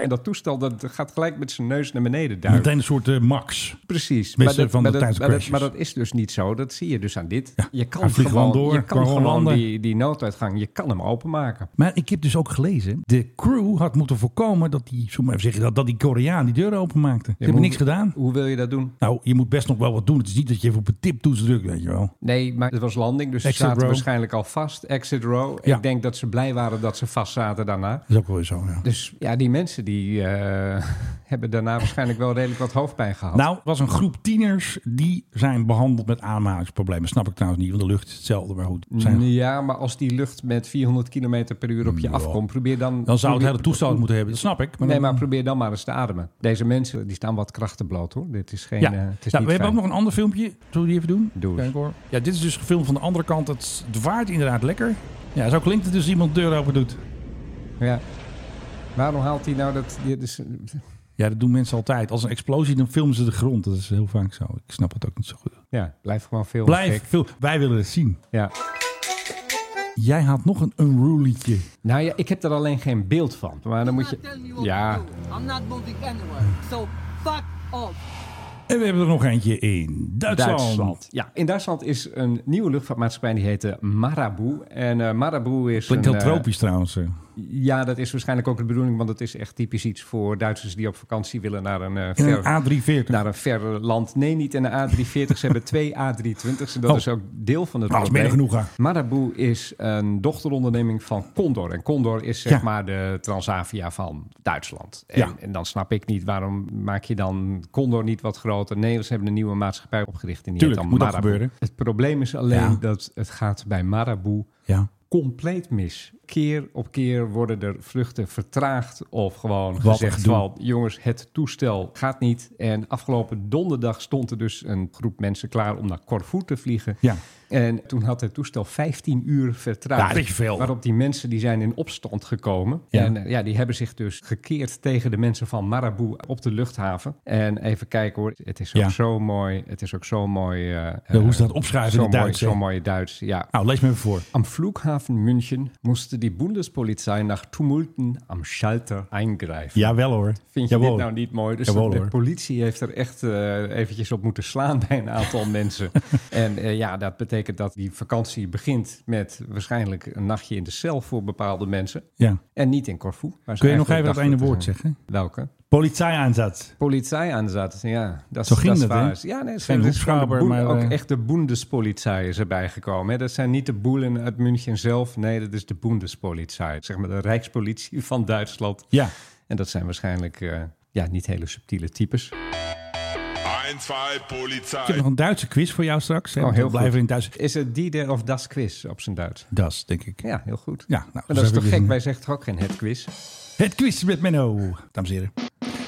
Speaker 2: En dat toestel dat gaat gelijk met zijn neus naar beneden duiken.
Speaker 1: Meteen een soort eh, Max.
Speaker 2: Precies.
Speaker 1: Tenminste, van de
Speaker 2: dat,
Speaker 1: tijdens
Speaker 2: maar, dat,
Speaker 1: crashes.
Speaker 2: maar dat is dus niet zo. Dat zie je dus aan dit. je kan
Speaker 1: hij vliegt
Speaker 2: gewoon
Speaker 1: gewoon door.
Speaker 2: je kan gewoon
Speaker 1: landen.
Speaker 2: die, die nooduitgang, je kan hem openmaken.
Speaker 1: Maar ik heb dus ook gelezen, de crew had moeten voorkomen dat die, zullen we even zeggen, dat, dat die Koreaan die deuren openmaakte. Ze hebben
Speaker 2: moet-
Speaker 1: niks gedaan.
Speaker 2: Hoe wil je dat doen?
Speaker 1: Nou, je moet best nog wel wat doen. Het is niet dat je even op een tip doet, druk, weet je wel.
Speaker 2: Nee, maar het was landing, dus
Speaker 1: Exit
Speaker 2: ze zaten
Speaker 1: row.
Speaker 2: waarschijnlijk al vast. Exit row.
Speaker 1: Ja.
Speaker 2: Ik denk dat ze blij waren dat ze vast zaten daarna.
Speaker 1: Dat is ook wel weer zo, ja.
Speaker 2: Dus ja, die mensen die eh, hebben daarna waarschijnlijk wel redelijk wat hoofdpijn gehad.
Speaker 1: Nou, het was een groep tieners die zijn behandeld met aanhalingsproblemen. Snap ik trouwens niet, want de lucht is hetzelfde. Maar goed, het zijn,
Speaker 2: Ja, maar als die lucht met 400 km per uur op je afkomt, probeer
Speaker 1: dan
Speaker 2: dan...
Speaker 1: zou het
Speaker 2: probeer-
Speaker 1: hele toestel het moeten hebben. Dat snap ik.
Speaker 2: Nee,
Speaker 1: dan-
Speaker 2: maar probeer dan maar eens te ademen. Deze mensen, die staan wat krachten bloot, hoor. Dit is geen...
Speaker 1: Ja,
Speaker 2: eh, het is
Speaker 1: Nou,
Speaker 2: niet
Speaker 1: we hebben ook
Speaker 2: fijn.
Speaker 1: nog een ander filmpje. Zullen we die even doen?
Speaker 2: Doe eens.
Speaker 1: Kijk hoor. Ja, dit is dus gefilmd van de andere kant. Het vaart inderdaad lekker. Ja, zo klinkt het dus als iemand de deur open doet.
Speaker 2: Ja. Waarom haalt hij nou dat... Dit is,
Speaker 1: Ja, dat doen mensen altijd. Als een explosie, dan filmen ze de grond. Dat is heel vaak zo. Ik snap het ook niet zo goed.
Speaker 2: ja, blijf gewoon veel
Speaker 1: Blijf, veel, wij willen het zien.
Speaker 2: Ja.
Speaker 1: Jij had nog een unruly'tje.
Speaker 2: Nou ja, ik heb er alleen geen beeld van. Maar dan moet je...
Speaker 7: Tell me what
Speaker 2: Ja,
Speaker 7: to do. I'm not moving anywhere. So fuck off.
Speaker 1: En we hebben er nog eentje in Duitsland.
Speaker 2: Ja, in Duitsland is een nieuwe luchtvaartmaatschappij die heette Marabu. En eh, Marabu is.
Speaker 1: Klinkt
Speaker 2: een,
Speaker 1: heel
Speaker 2: eh,
Speaker 1: tropisch trouwens. hè.
Speaker 2: ja, dat is waarschijnlijk ook de bedoeling, want het is echt typisch iets voor Duitsers die op vakantie willen naar een, eh,
Speaker 1: In
Speaker 2: ver,
Speaker 1: een A340.
Speaker 2: naar een verre land. Nee, niet in een A340. Ze hebben twee A320's en dus dat
Speaker 1: Oh.
Speaker 2: is ook deel van het
Speaker 1: Nou, dat is meer dan
Speaker 2: probleem.
Speaker 1: genoeg. hè.
Speaker 2: Marabu is een dochteronderneming van Condor. En Condor is zeg
Speaker 1: Ja.
Speaker 2: maar de Transavia van Duitsland. En,
Speaker 1: Ja.
Speaker 2: en dan snap ik niet, waarom maak je dan Condor niet wat groter? Nee, ze hebben een nieuwe maatschappij opgericht. En die
Speaker 1: Tuurlijk,
Speaker 2: heet dan
Speaker 1: moet dat
Speaker 2: Marabu.
Speaker 1: gebeuren.
Speaker 2: Het probleem is alleen
Speaker 1: Ja.
Speaker 2: dat het gaat bij Marabu
Speaker 1: Ja.
Speaker 2: compleet mis. Keer op keer worden er vluchten vertraagd of gewoon
Speaker 1: een
Speaker 2: gezegd
Speaker 1: gedoe.
Speaker 2: van... jongens, het toestel gaat niet. En afgelopen donderdag stond er dus een groep mensen klaar om naar Corfu te vliegen.
Speaker 1: Ja.
Speaker 2: En toen had het toestel 15 uur vertraagd.
Speaker 1: Ja, dat is veel.
Speaker 2: Waarop die mensen die zijn in opstand gekomen.
Speaker 1: Ja.
Speaker 2: En eh, ja, die hebben zich dus gekeerd tegen de mensen van Marabu op de luchthaven. En even kijken hoor, het is ook
Speaker 1: Ja.
Speaker 2: zo mooi. Het is ook zo mooi. eh,
Speaker 1: Ja, hoe ze
Speaker 2: eh,
Speaker 1: dat opschrijven in
Speaker 2: zo
Speaker 1: het
Speaker 2: mooi,
Speaker 1: Duits, hè?
Speaker 2: Zo mooi Duits, ja.
Speaker 1: Nou, lees me even voor.
Speaker 2: Am Flughafen München musste die Bundespolizei nach Tumulten am Schalter eingreifen.
Speaker 1: Jawel hoor.
Speaker 2: Vind je
Speaker 1: Jawohl.
Speaker 2: dit nou niet mooi? Dus
Speaker 1: Jawel,
Speaker 2: de
Speaker 1: hoor.
Speaker 2: politie heeft er echt eh, eventjes op moeten slaan bij een aantal mensen. En eh, ja, dat betekent dat die vakantie begint met waarschijnlijk een nachtje in de cel voor bepaalde mensen.
Speaker 1: Ja.
Speaker 2: En niet in Corfu. waar ze
Speaker 1: Kun je nog
Speaker 2: eigenlijk
Speaker 1: even dat
Speaker 2: dachten
Speaker 1: ene
Speaker 2: te
Speaker 1: woord
Speaker 2: zijn.
Speaker 1: zeggen?
Speaker 2: Welke?
Speaker 1: Polizeieinsatz.
Speaker 2: Politie aanzet, ja. Dat,
Speaker 1: Zo ging
Speaker 2: is
Speaker 1: dat, hè?
Speaker 2: waar. Ja,
Speaker 1: Geen
Speaker 2: nee, zijn dus gewoon de
Speaker 1: hoekschouwer,
Speaker 2: boel-
Speaker 1: maar, eh,
Speaker 2: ook echt de Bundespolizei is erbij gekomen. Hè? Dat zijn niet de boelen uit München zelf. Nee, dat is de Bundespolizei. Zeg maar de Rijkspolitie van Duitsland.
Speaker 1: Ja.
Speaker 2: En dat zijn waarschijnlijk eh, ja, niet hele subtiele types.
Speaker 8: Ein, zwei, Polizei.
Speaker 1: Ik heb nog een Duitse quiz voor jou straks. hè,
Speaker 2: Oh,
Speaker 1: want
Speaker 2: heel
Speaker 1: we blijven
Speaker 2: goed.
Speaker 1: in Duits.
Speaker 2: Is het die der of das quiz op zijn Duits?
Speaker 1: Das, denk ik.
Speaker 2: Ja, heel goed.
Speaker 1: Ja, nou, zo
Speaker 2: en dat is
Speaker 1: heb ik
Speaker 2: toch
Speaker 1: dus
Speaker 2: gek?
Speaker 1: een-
Speaker 2: Wij zeggen toch ook geen het quiz?
Speaker 1: Het quiz met Menno, dames en heren.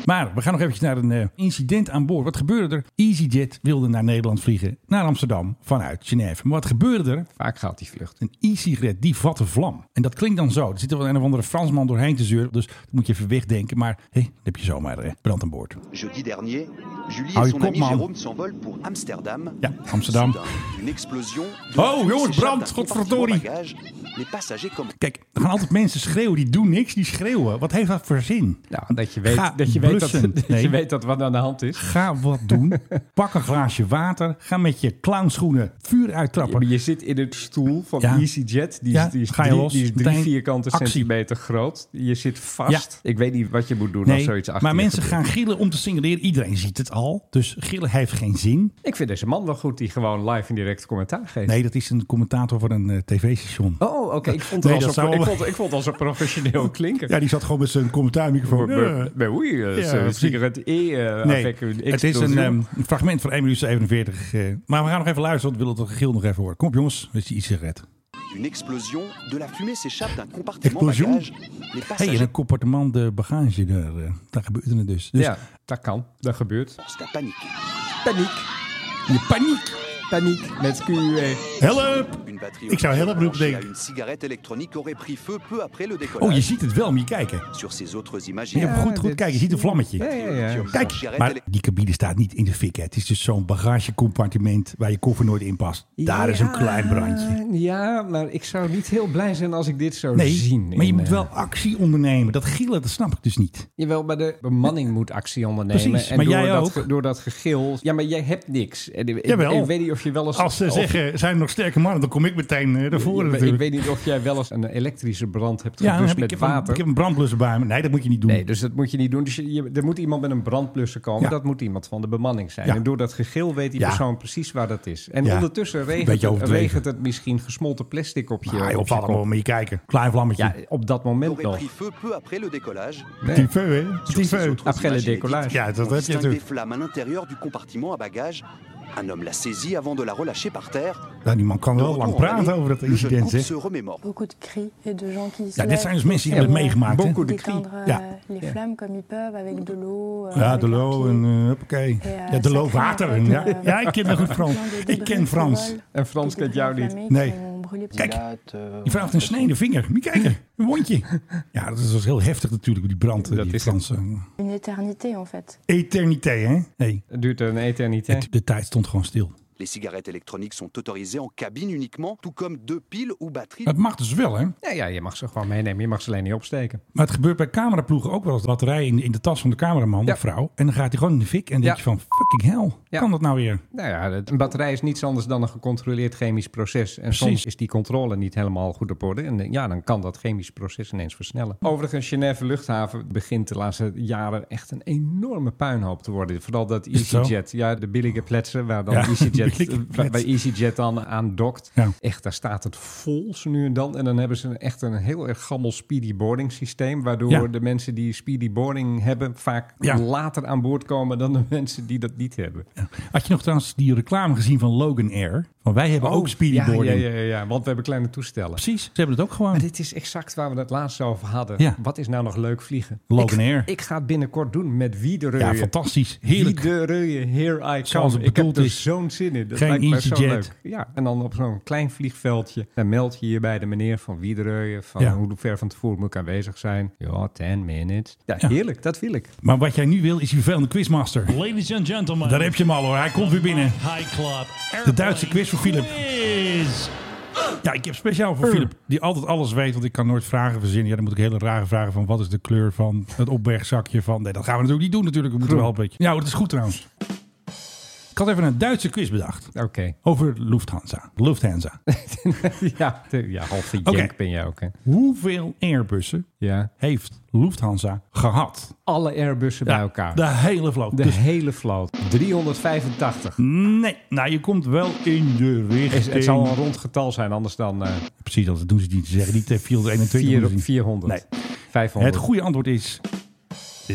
Speaker 1: Maar we gaan nog eventjes naar een eh, incident aan boord. Wat gebeurde er? EasyJet wilde naar Nederland vliegen, naar Amsterdam, vanuit Genève. Maar wat gebeurde er?
Speaker 2: Vaak gaat die vlucht.
Speaker 1: Een e-sigaret, die vatte vlam. En dat klinkt dan zo. Er zit wel een of andere Fransman doorheen te zeuren. Dus dat moet je even wegdenken. Maar hé, dat heb je zomaar eh, brand aan boord.
Speaker 9: Jeudi dernier, Julie
Speaker 1: Ah,
Speaker 9: et
Speaker 1: oui,
Speaker 9: son ami
Speaker 1: Kopman.
Speaker 9: Jérôme s'envolent pour Amsterdam.
Speaker 1: Ja, Amsterdam.
Speaker 9: Soudain, une explosion.
Speaker 1: Oh, jongens, brand,
Speaker 9: brand,
Speaker 1: godverdorie.
Speaker 9: Les passagers commencent
Speaker 1: Kijk, er gaan altijd mensen schreeuwen. Die doen niks, die schreeuwen. Wat heeft dat voor zin?
Speaker 2: Nou, dat je weet,
Speaker 1: Ga
Speaker 2: dat je weet, dat,
Speaker 1: blussen.
Speaker 2: dat
Speaker 1: Nee.
Speaker 2: je weet dat wat aan de hand is.
Speaker 1: Ga wat doen. Pak een glaasje water. Ga met je clownschoenen vuur uittrappen.
Speaker 2: Maar je zit in het stoel van
Speaker 1: Ja.
Speaker 2: EasyJet. Die,
Speaker 1: Ja,
Speaker 2: is, die, is
Speaker 1: ga je
Speaker 2: drie,
Speaker 1: los,
Speaker 2: die is drie
Speaker 1: meteen
Speaker 2: vierkante
Speaker 1: actie.
Speaker 2: centimeter groot. Je zit vast. Ik weet niet wat je moet doen als zoiets achter
Speaker 1: maar
Speaker 2: je
Speaker 1: mensen
Speaker 2: gebeurt.
Speaker 1: gaan gillen om te signaleren. Iedereen ziet het al. Dus gillen heeft geen zin.
Speaker 2: Ik vind deze man wel goed die gewoon live en direct commentaar geeft.
Speaker 1: Nee, dat is een commentator van een eh, tv-station.
Speaker 2: Oh, oké. Ik vond
Speaker 1: Nee,
Speaker 2: het
Speaker 1: dat
Speaker 2: als
Speaker 1: zou
Speaker 2: een- ik
Speaker 1: wel-
Speaker 2: vond- ik vond het als een professioneel klinken.
Speaker 1: Ja, die zat gewoon met zijn
Speaker 2: Voor-
Speaker 1: commentaarmicrofoon.
Speaker 2: bij- bij hoe je
Speaker 1: Ja,
Speaker 2: zo'n
Speaker 1: precies.
Speaker 2: eh, sigaret E eh,
Speaker 1: Nee,
Speaker 2: avec een
Speaker 1: het is een
Speaker 2: explosie.
Speaker 1: ehm, een fragment van 1 minuut 47. eh, maar we gaan nog even luisteren, want we willen het gegil nog even horen. Kom op jongens, dit is die sigaret.
Speaker 9: une explosion. De la fumée s'échappe d'un compartiment
Speaker 1: Explosion.
Speaker 9: bagages. Les
Speaker 1: Hé, hey,
Speaker 9: passagers
Speaker 1: in een compartiment de bagage, daar, eh, daar gebeurde het dus. Dus
Speaker 2: Ja, dat kan. Dat gebeurt.
Speaker 9: commencent à paniquer.
Speaker 2: Paniek.
Speaker 1: je paniek.
Speaker 2: Paniek met E. QE.
Speaker 1: Help!
Speaker 9: Une batterie
Speaker 1: Ik zou
Speaker 9: oxygène
Speaker 1: helpen,
Speaker 9: branchée
Speaker 1: denk ik.
Speaker 9: à une cigarette électronique aurait pris feu peu après le
Speaker 1: Oh, je
Speaker 9: décollage.
Speaker 1: ziet het wel, moet je kijken.
Speaker 9: Sur ces autres images,
Speaker 1: Je hebt goed, goed
Speaker 2: dit-
Speaker 1: kijken, je ziet een
Speaker 2: Ja,
Speaker 1: vlammetje.
Speaker 2: ja, ja.
Speaker 1: Kijk, maar die cabine staat niet in de fik. Hè. Het is dus zo'n bagagecompartiment waar je koffer nooit in past. Daar is een
Speaker 2: Ja,
Speaker 1: klein brandje.
Speaker 2: Ja, maar ik zou niet heel blij zijn als ik dit zou
Speaker 1: Nee,
Speaker 2: zien.
Speaker 1: maar je
Speaker 2: in,
Speaker 1: moet
Speaker 2: eh,
Speaker 1: wel actie ondernemen. Dat gillen, dat snap ik dus niet.
Speaker 2: Jawel, maar de bemanning moet actie ondernemen.
Speaker 1: Precies,
Speaker 2: en
Speaker 1: maar
Speaker 2: door
Speaker 1: jij
Speaker 2: dat,
Speaker 1: ook.
Speaker 2: ge- door dat gegil... Ja, maar jij hebt niks. En, ik- ik,
Speaker 1: Jawel.
Speaker 2: ik weet niet of of je wel eens...
Speaker 1: Als ze
Speaker 2: of-
Speaker 1: zeggen, zijn er nog sterke mannen, dan kom ik meteen eh, naar voren
Speaker 2: ik,
Speaker 1: natuurlijk.
Speaker 2: weet niet of jij wel eens een elektrische brand hebt
Speaker 1: ja, dan
Speaker 2: geblust
Speaker 1: heb ik, ik
Speaker 2: met
Speaker 1: heb een,
Speaker 2: water.
Speaker 1: ik heb een brandblusser bij me. Nee, dat moet je niet doen. Ah,
Speaker 2: Nee, dus dat moet je niet doen. Dus je, je- er moet iemand met een brandblusser komen.
Speaker 1: Ja.
Speaker 2: Dat moet iemand van de bemanning zijn.
Speaker 1: Ja.
Speaker 2: En door dat gegil weet die
Speaker 1: Ja.
Speaker 2: persoon precies waar dat is. En
Speaker 1: Ja.
Speaker 2: ondertussen regent
Speaker 1: Beetje
Speaker 2: het,
Speaker 1: overdreven.
Speaker 2: regent het misschien gesmolten plastic op je,
Speaker 1: Maar je
Speaker 2: op je
Speaker 1: opvalt
Speaker 2: kop.
Speaker 1: allemaal moet je kijken. Klein vlammetje.
Speaker 2: Ja, op dat moment
Speaker 9: aurait
Speaker 2: nog.
Speaker 9: pris feu peu après le décollage.
Speaker 2: Nee.
Speaker 1: Petit feu, hè?
Speaker 9: Sur
Speaker 1: Petit
Speaker 9: ces
Speaker 1: feu.
Speaker 9: autres
Speaker 2: Après le
Speaker 9: images
Speaker 2: décollage.
Speaker 9: inédites,
Speaker 1: Ja, dat
Speaker 9: on
Speaker 1: heb je
Speaker 9: distingue des
Speaker 1: natuurlijk.
Speaker 9: flammes à l'intérieur du compartiment à bagages. Un homme la saisit avant de la relâcher par terre.
Speaker 1: Nou, die man kan
Speaker 9: De
Speaker 1: wel
Speaker 9: retour
Speaker 1: lang
Speaker 9: en
Speaker 1: praten
Speaker 9: vallée,
Speaker 1: over dat
Speaker 9: le jeune
Speaker 1: incident,
Speaker 9: couple
Speaker 1: zeg.
Speaker 9: se remémore.
Speaker 10: Beaucoup de cris et de gens qui se
Speaker 1: Ja, dit
Speaker 10: lèvent
Speaker 1: zijn dus mensen die
Speaker 10: pour, euh,
Speaker 1: hebben het meegemaakt, hè?
Speaker 2: Beaucoup de cris.
Speaker 10: Déteindre euh,
Speaker 1: Ja.
Speaker 10: les flammes comme ils peuvent avec de l'eau. euh,
Speaker 1: Ja,
Speaker 9: Ah,
Speaker 10: avec
Speaker 1: de
Speaker 10: un
Speaker 1: Lo
Speaker 10: pied.
Speaker 1: en eh, hoppakee.
Speaker 10: Ja,
Speaker 1: Ja, de Lo
Speaker 10: zakken
Speaker 1: water.
Speaker 10: met,
Speaker 1: Ja,
Speaker 10: eh,
Speaker 1: ja, ik ken dat goed Frans.
Speaker 10: plein de
Speaker 1: Ik ken
Speaker 10: débris
Speaker 1: Frans.
Speaker 10: frivoles
Speaker 2: En Frans
Speaker 10: et des
Speaker 2: kent jou
Speaker 10: débris
Speaker 2: niet.
Speaker 10: inflammés
Speaker 1: Nee.
Speaker 10: qui ont brûlé petit
Speaker 1: Kijk, die vraagt een snede vinger. Moet je kijken, een wondje. Ja, dat is was heel heftig natuurlijk, die brand. eh,
Speaker 2: Dat
Speaker 1: die
Speaker 2: is het.
Speaker 1: Franse.
Speaker 10: peu. Une éternité en fait.
Speaker 1: Eterniteit, hè? Nee,
Speaker 2: Het duurt een eterniteit.
Speaker 1: de tijd stond gewoon stil.
Speaker 9: Les cigarettes électroniques sont autorisées en cabine uniquement, tout comme deux piles ou batteries.
Speaker 1: Dat mag dus wel, hè?
Speaker 2: Ja, ja, je mag ze gewoon meenemen. Je mag ze alleen niet opsteken.
Speaker 1: Maar het gebeurt bij cameraploegen ook wel als batterij in, in de tas van de cameraman
Speaker 2: Ja.
Speaker 1: of vrouw. En dan gaat hij gewoon in de fik en dan denk je
Speaker 2: Ja.
Speaker 1: van fucking hell,
Speaker 2: Ja.
Speaker 1: kan dat nou weer?
Speaker 2: Nou ja, het- een batterij is niets anders dan een gecontroleerd chemisch proces. En soms
Speaker 1: Precies.
Speaker 2: is die controle niet helemaal goed op orde. En eh, ja, dan kan dat chemisch proces ineens versnellen. Overigens, Genève luchthaven begint de laatste jaren echt een enorme puinhoop te worden. Vooral dat
Speaker 1: het zo?
Speaker 2: EasyJet, ja, de billige pletsen waar dan
Speaker 1: Ja,
Speaker 2: EasyJet,
Speaker 1: billige
Speaker 2: eh, waar- bij
Speaker 1: pletsen.
Speaker 2: EasyJet dan aan dokt.
Speaker 1: Ja.
Speaker 2: Echt, daar staat het vol zo nu en dan. En dan hebben ze een- echt een heel erg gammel speedy boarding systeem. Waardoor
Speaker 1: Ja.
Speaker 2: de mensen die speedy boarding hebben vaak
Speaker 1: Ja.
Speaker 2: later aan boord komen dan de mensen die dat niet hebben.
Speaker 1: Had je nog trouwens die reclame gezien van Logan Air? Van wij hebben ook speedyboarding.
Speaker 2: Oh, Ja, ja, ja, ja, want we hebben kleine toestellen.
Speaker 1: Precies, ze hebben het ook gewoon.
Speaker 2: Maar dit is exact waar we het laatst over hadden.
Speaker 1: Ja.
Speaker 2: Wat is nou nog leuk vliegen?
Speaker 1: Logan
Speaker 2: ik,
Speaker 1: Air.
Speaker 2: Ik ga het binnenkort doen met wie de reuwe.
Speaker 1: Ja, fantastisch.
Speaker 2: Wie
Speaker 1: Heerlijk.
Speaker 2: de reuwe, here I
Speaker 1: Zoals
Speaker 2: come.
Speaker 1: het
Speaker 2: Ik heb
Speaker 1: bedoeld
Speaker 2: er
Speaker 1: is.
Speaker 2: zo'n zin in. Dat
Speaker 1: Geen
Speaker 2: lijkt me zo
Speaker 1: EasyJet.
Speaker 2: leuk. Ja, en dan op zo'n klein vliegveldje. Dan meld je je bij de meneer van wie de reuwe. Van
Speaker 1: Ja.
Speaker 2: hoe ver van tevoren moet ik aanwezig zijn. Ja, 10 minutes. Ja,
Speaker 1: Ja.
Speaker 2: heerlijk. Dat wil ik.
Speaker 1: Maar wat jij nu wil is die vervelende quizmaster.
Speaker 4: Ladies and gentlemen.
Speaker 1: Daar heb je hem al hoor, hij komt weer binnen.
Speaker 4: High Club.
Speaker 1: De Duitse quiz voor Philip.
Speaker 4: Quiz.
Speaker 1: Ja, ik heb speciaal voor Philip, die altijd alles weet, want ik kan nooit vragen verzinnen. Ja, dan moet ik hele rare vragen van wat is de kleur van het opbergzakje van... Nee, dat gaan we natuurlijk niet doen natuurlijk, we moeten wel een beetje... Ja, dat is goed trouwens. Ik had even een Duitse quiz bedacht.
Speaker 2: Oké.
Speaker 1: Over Lufthansa. Lufthansa.
Speaker 2: ja, de- ja, half jank
Speaker 1: Oké.
Speaker 2: ben jij ook. Hè.
Speaker 1: Hoeveel Airbussen
Speaker 2: Ja.
Speaker 1: heeft Lufthansa gehad?
Speaker 2: Alle Airbussen bij elkaar.
Speaker 1: De hele vloot.
Speaker 2: De
Speaker 1: Dus
Speaker 2: hele vloot. 385.
Speaker 1: nee, nou je komt wel in de
Speaker 2: Is,
Speaker 1: richting.
Speaker 2: het zal een rond getal zijn, anders dan eh
Speaker 1: Precies, dat doen ze niet te zeggen. Niet eh, 421.
Speaker 2: vier-
Speaker 1: doen ze niet.
Speaker 2: 400.
Speaker 1: Nee.
Speaker 2: 500.
Speaker 1: Het goede antwoord is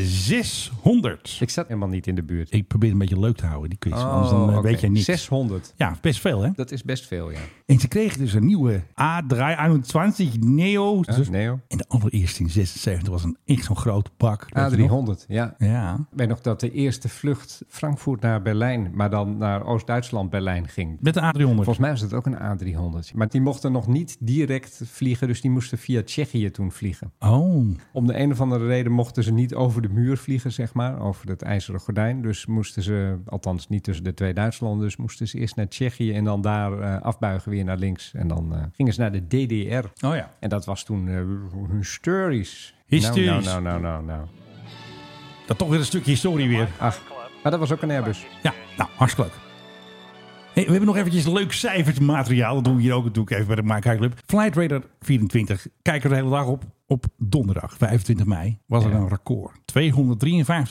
Speaker 1: 600.
Speaker 2: Ik zat helemaal niet in de buurt.
Speaker 1: Ik probeer het een beetje leuk te houden, die quiz.
Speaker 2: Oh,
Speaker 1: anders dan eh,
Speaker 2: oké.
Speaker 1: weet jij niks.
Speaker 2: 600.
Speaker 1: Ja, best veel hè.
Speaker 2: Dat is best veel, ja.
Speaker 1: En ze kregen dus een nieuwe A321 Neo. Dus-
Speaker 2: Neo.
Speaker 1: En de allereerste in 76 was een echt zo'n groot bak. Weet je nog?
Speaker 2: A300, ja.
Speaker 1: Ja.
Speaker 2: Ik weet nog dat de eerste vlucht Frankfurt naar Berlijn, maar dan naar Oost-Duitsland Berlijn ging.
Speaker 1: Met de A300.
Speaker 2: Volgens mij was het ook een A300. Maar die mochten nog niet direct vliegen, dus die moesten via Tsjechië toen vliegen.
Speaker 1: Oh.
Speaker 2: Om de een of andere reden mochten ze niet over de muur vliegen, zeg maar, over het ijzeren gordijn. Dus moesten ze, althans niet tussen de twee Duitslanden, dus moesten ze eerst naar Tsjechië en dan daar eh, afbuigen weer naar links. En dan eh, gingen ze naar de DDR.
Speaker 1: Oh ja.
Speaker 2: En dat was toen eh, hysterisch.
Speaker 1: Hysterisch.
Speaker 2: Nou, nou, nou, nou, nou.
Speaker 1: Dat toch weer een stukje historie weer.
Speaker 2: Ach, maar dat was ook een Airbus.
Speaker 1: Ja, nou, hartstikke leuk. Hey, we hebben nog eventjes leuk cijfertmateriaal. Dat doen we hier ook natuurlijk even bij de Mike High Club. Flight Radar 24. Kijk er de hele dag op. Op donderdag 25 mei was er
Speaker 2: Ja.
Speaker 1: een record.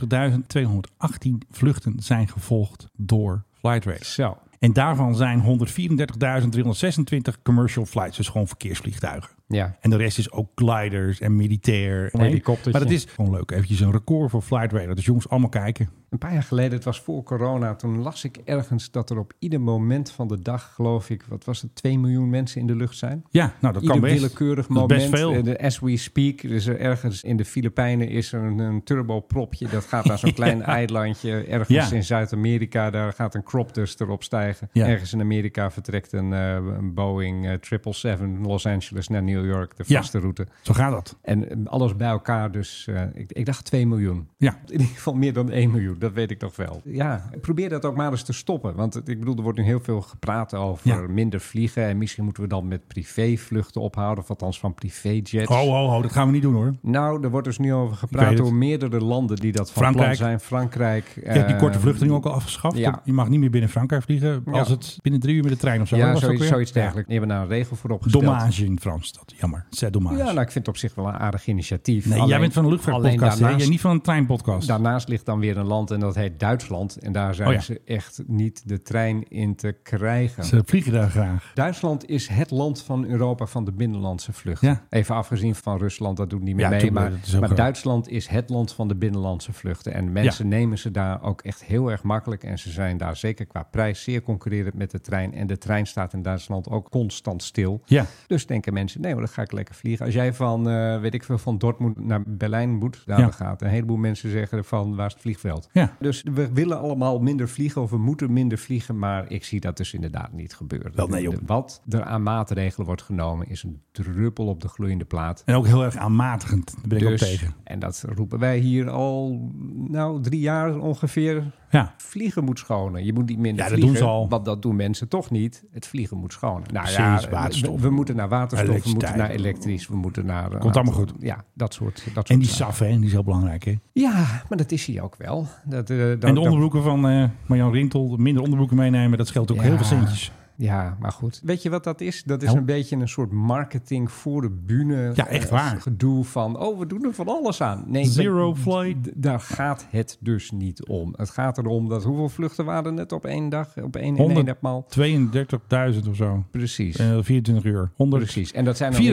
Speaker 1: 253.218 vluchten zijn gevolgd door Flight Radar.
Speaker 2: Zo.
Speaker 1: En daarvan zijn 134.326 commercial flights. Dus gewoon verkeersvliegtuigen.
Speaker 2: Ja.
Speaker 1: En de rest is ook gliders en militair.
Speaker 2: Een helikoptertje.
Speaker 1: Maar dat is gewoon leuk. Eventjes een record voor Flight Radar. Dus jongens, allemaal kijken.
Speaker 2: Een paar jaar geleden, het was voor corona, toen las ik ergens dat er op ieder moment van de dag, geloof ik, wat was het, 2 miljoen mensen in de lucht zijn.
Speaker 1: Ja, nou dat
Speaker 2: Ieder
Speaker 1: kan best.
Speaker 2: willekeurig
Speaker 1: Dat is
Speaker 2: moment.
Speaker 1: best veel.
Speaker 2: eh, de- As we speak, dus er ergens in de Filipijnen is er een, een turbopropje. Dat gaat naar zo'n klein eilandje. Ergens
Speaker 1: Ja.
Speaker 2: in Zuid-Amerika, daar gaat een crop duster op stijgen.
Speaker 1: Ja.
Speaker 2: Ergens in Amerika vertrekt een, eh, een Boeing eh, 777 Los Angeles naar New New York, de
Speaker 1: Ja.
Speaker 2: vaste route.
Speaker 1: Zo gaat dat.
Speaker 2: En eh, alles bij elkaar, dus eh, ik, ik dacht 2 miljoen.
Speaker 1: Ja.
Speaker 2: In ieder geval meer dan 1 miljoen, dat weet ik toch wel. Ja, probeer dat ook maar eens te stoppen. Want het- ik bedoel, er wordt nu heel veel gepraat over
Speaker 1: Ja.
Speaker 2: minder vliegen. En misschien moeten we dan met privévluchten ophouden, of althans van privéjets.
Speaker 1: Ho, ho, ho, dat gaan we niet doen hoor.
Speaker 2: Nou, er wordt dus nu over
Speaker 1: Oh. Ik
Speaker 2: gepraat
Speaker 1: weet het.
Speaker 2: door meerdere landen die dat van
Speaker 1: Frankrijk.
Speaker 2: plan zijn. Frankrijk.
Speaker 1: Je hebt die korte vluchten nu
Speaker 2: vluchtelingen
Speaker 1: ook al afgeschaft.
Speaker 2: Eh, ja.
Speaker 1: Je mag niet meer binnen Frankrijk vliegen als
Speaker 2: Ja.
Speaker 1: het binnen drie uur met de trein of zo.
Speaker 2: Ja,
Speaker 1: was het ook
Speaker 2: zoiets,
Speaker 1: weer?
Speaker 2: zoiets dergelijks. Die hebben daar een regel voor
Speaker 1: Ja.
Speaker 2: opgesteld.
Speaker 1: Dommage in Frans, dat jammer. C'est dommage.
Speaker 2: Ja, nou, ik vind het op zich wel een aardig initiatief.
Speaker 1: nee, jij
Speaker 2: Alleen-
Speaker 1: bent van een
Speaker 2: alleen
Speaker 1: luchtvaartpodcast, hè?
Speaker 2: daarnaast-
Speaker 1: Jij niet van een treinpodcast.
Speaker 2: Daarnaast ligt dan weer een land en dat heet Duitsland. En daar zijn
Speaker 1: Oh ja.
Speaker 2: ze echt niet de trein in te krijgen.
Speaker 1: Ze vliegen daar graag.
Speaker 2: Duitsland is het land van Europa van de binnenlandse vluchten.
Speaker 1: Ja.
Speaker 2: Even afgezien van Rusland, dat doet niet meer
Speaker 1: Ja,
Speaker 2: mee.
Speaker 1: tuurlijk,
Speaker 2: maar
Speaker 1: dat is ook
Speaker 2: maar
Speaker 1: wel-
Speaker 2: Duitsland is het land van de binnenlandse vluchten. En mensen nemen ze daar ook echt heel erg makkelijk. En ze zijn daar zeker qua prijs zeer concurrerend met de trein. En de trein staat in Duitsland ook constant stil.
Speaker 1: Ja.
Speaker 2: Dus denken mensen, nee, maar dan ga ik lekker vliegen. Als jij van, eh, weet ik veel, van Dortmund naar Berlijn moet, daar
Speaker 1: Ja.
Speaker 2: gaat. Een heleboel mensen zeggen van, waar is het vliegveld?
Speaker 1: Ja.
Speaker 2: Dus we willen allemaal minder vliegen of we moeten minder vliegen. Maar ik zie dat dus inderdaad niet gebeuren.
Speaker 1: Wel, nee, joh.
Speaker 2: Wat er aan maatregelen wordt genomen is een druppel op de gloeiende plaat.
Speaker 1: En ook heel erg aanmatigend. Daar ben ik ook
Speaker 2: Dus,
Speaker 1: tegen.
Speaker 2: en dat roepen wij hier al nou, drie jaar ongeveer.
Speaker 1: Ja.
Speaker 2: Vliegen moet schonen. Je moet niet minder
Speaker 1: Ja, dat
Speaker 2: vliegen.
Speaker 1: doen ze al.
Speaker 2: Want dat doen mensen toch niet. Het vliegen moet schonen. Nou
Speaker 1: Precies,
Speaker 2: ja,
Speaker 1: waterstof.
Speaker 2: We, we moeten naar waterstof, we moeten
Speaker 1: Elektriciteit.
Speaker 2: naar elektrisch, we moeten naar... eh,
Speaker 1: Komt allemaal goed.
Speaker 2: Ja, dat soort, dat soort
Speaker 1: En die
Speaker 2: zaken.
Speaker 1: SAF, hè, die is heel belangrijk. Hè?
Speaker 2: Ja, maar dat is hier ook wel. Dat, eh, dat-
Speaker 1: En de
Speaker 2: dat-
Speaker 1: onderbroeken van eh, Marjan Rintel, minder onderbroeken meenemen, dat scheelt ook
Speaker 2: Ja.
Speaker 1: heel veel centjes.
Speaker 2: Ja, maar goed. Weet je wat dat is? Dat is
Speaker 1: Nou.
Speaker 2: een beetje een soort marketing voor de bühne.
Speaker 1: Ja, echt
Speaker 2: eh,
Speaker 1: waar.
Speaker 2: Gedoe van, oh, we doen er van alles aan. Nee,
Speaker 1: Zero
Speaker 2: d-
Speaker 1: flight.
Speaker 2: d- Daar gaat het dus niet om. Het gaat erom dat hoeveel vluchten waren het op één dag? Op één, in één
Speaker 1: 100.
Speaker 2: etmaal?
Speaker 1: 32.000 of zo.
Speaker 2: Precies.
Speaker 1: Eh, 24 uur. 100.
Speaker 2: Precies. En dat zijn nog niet-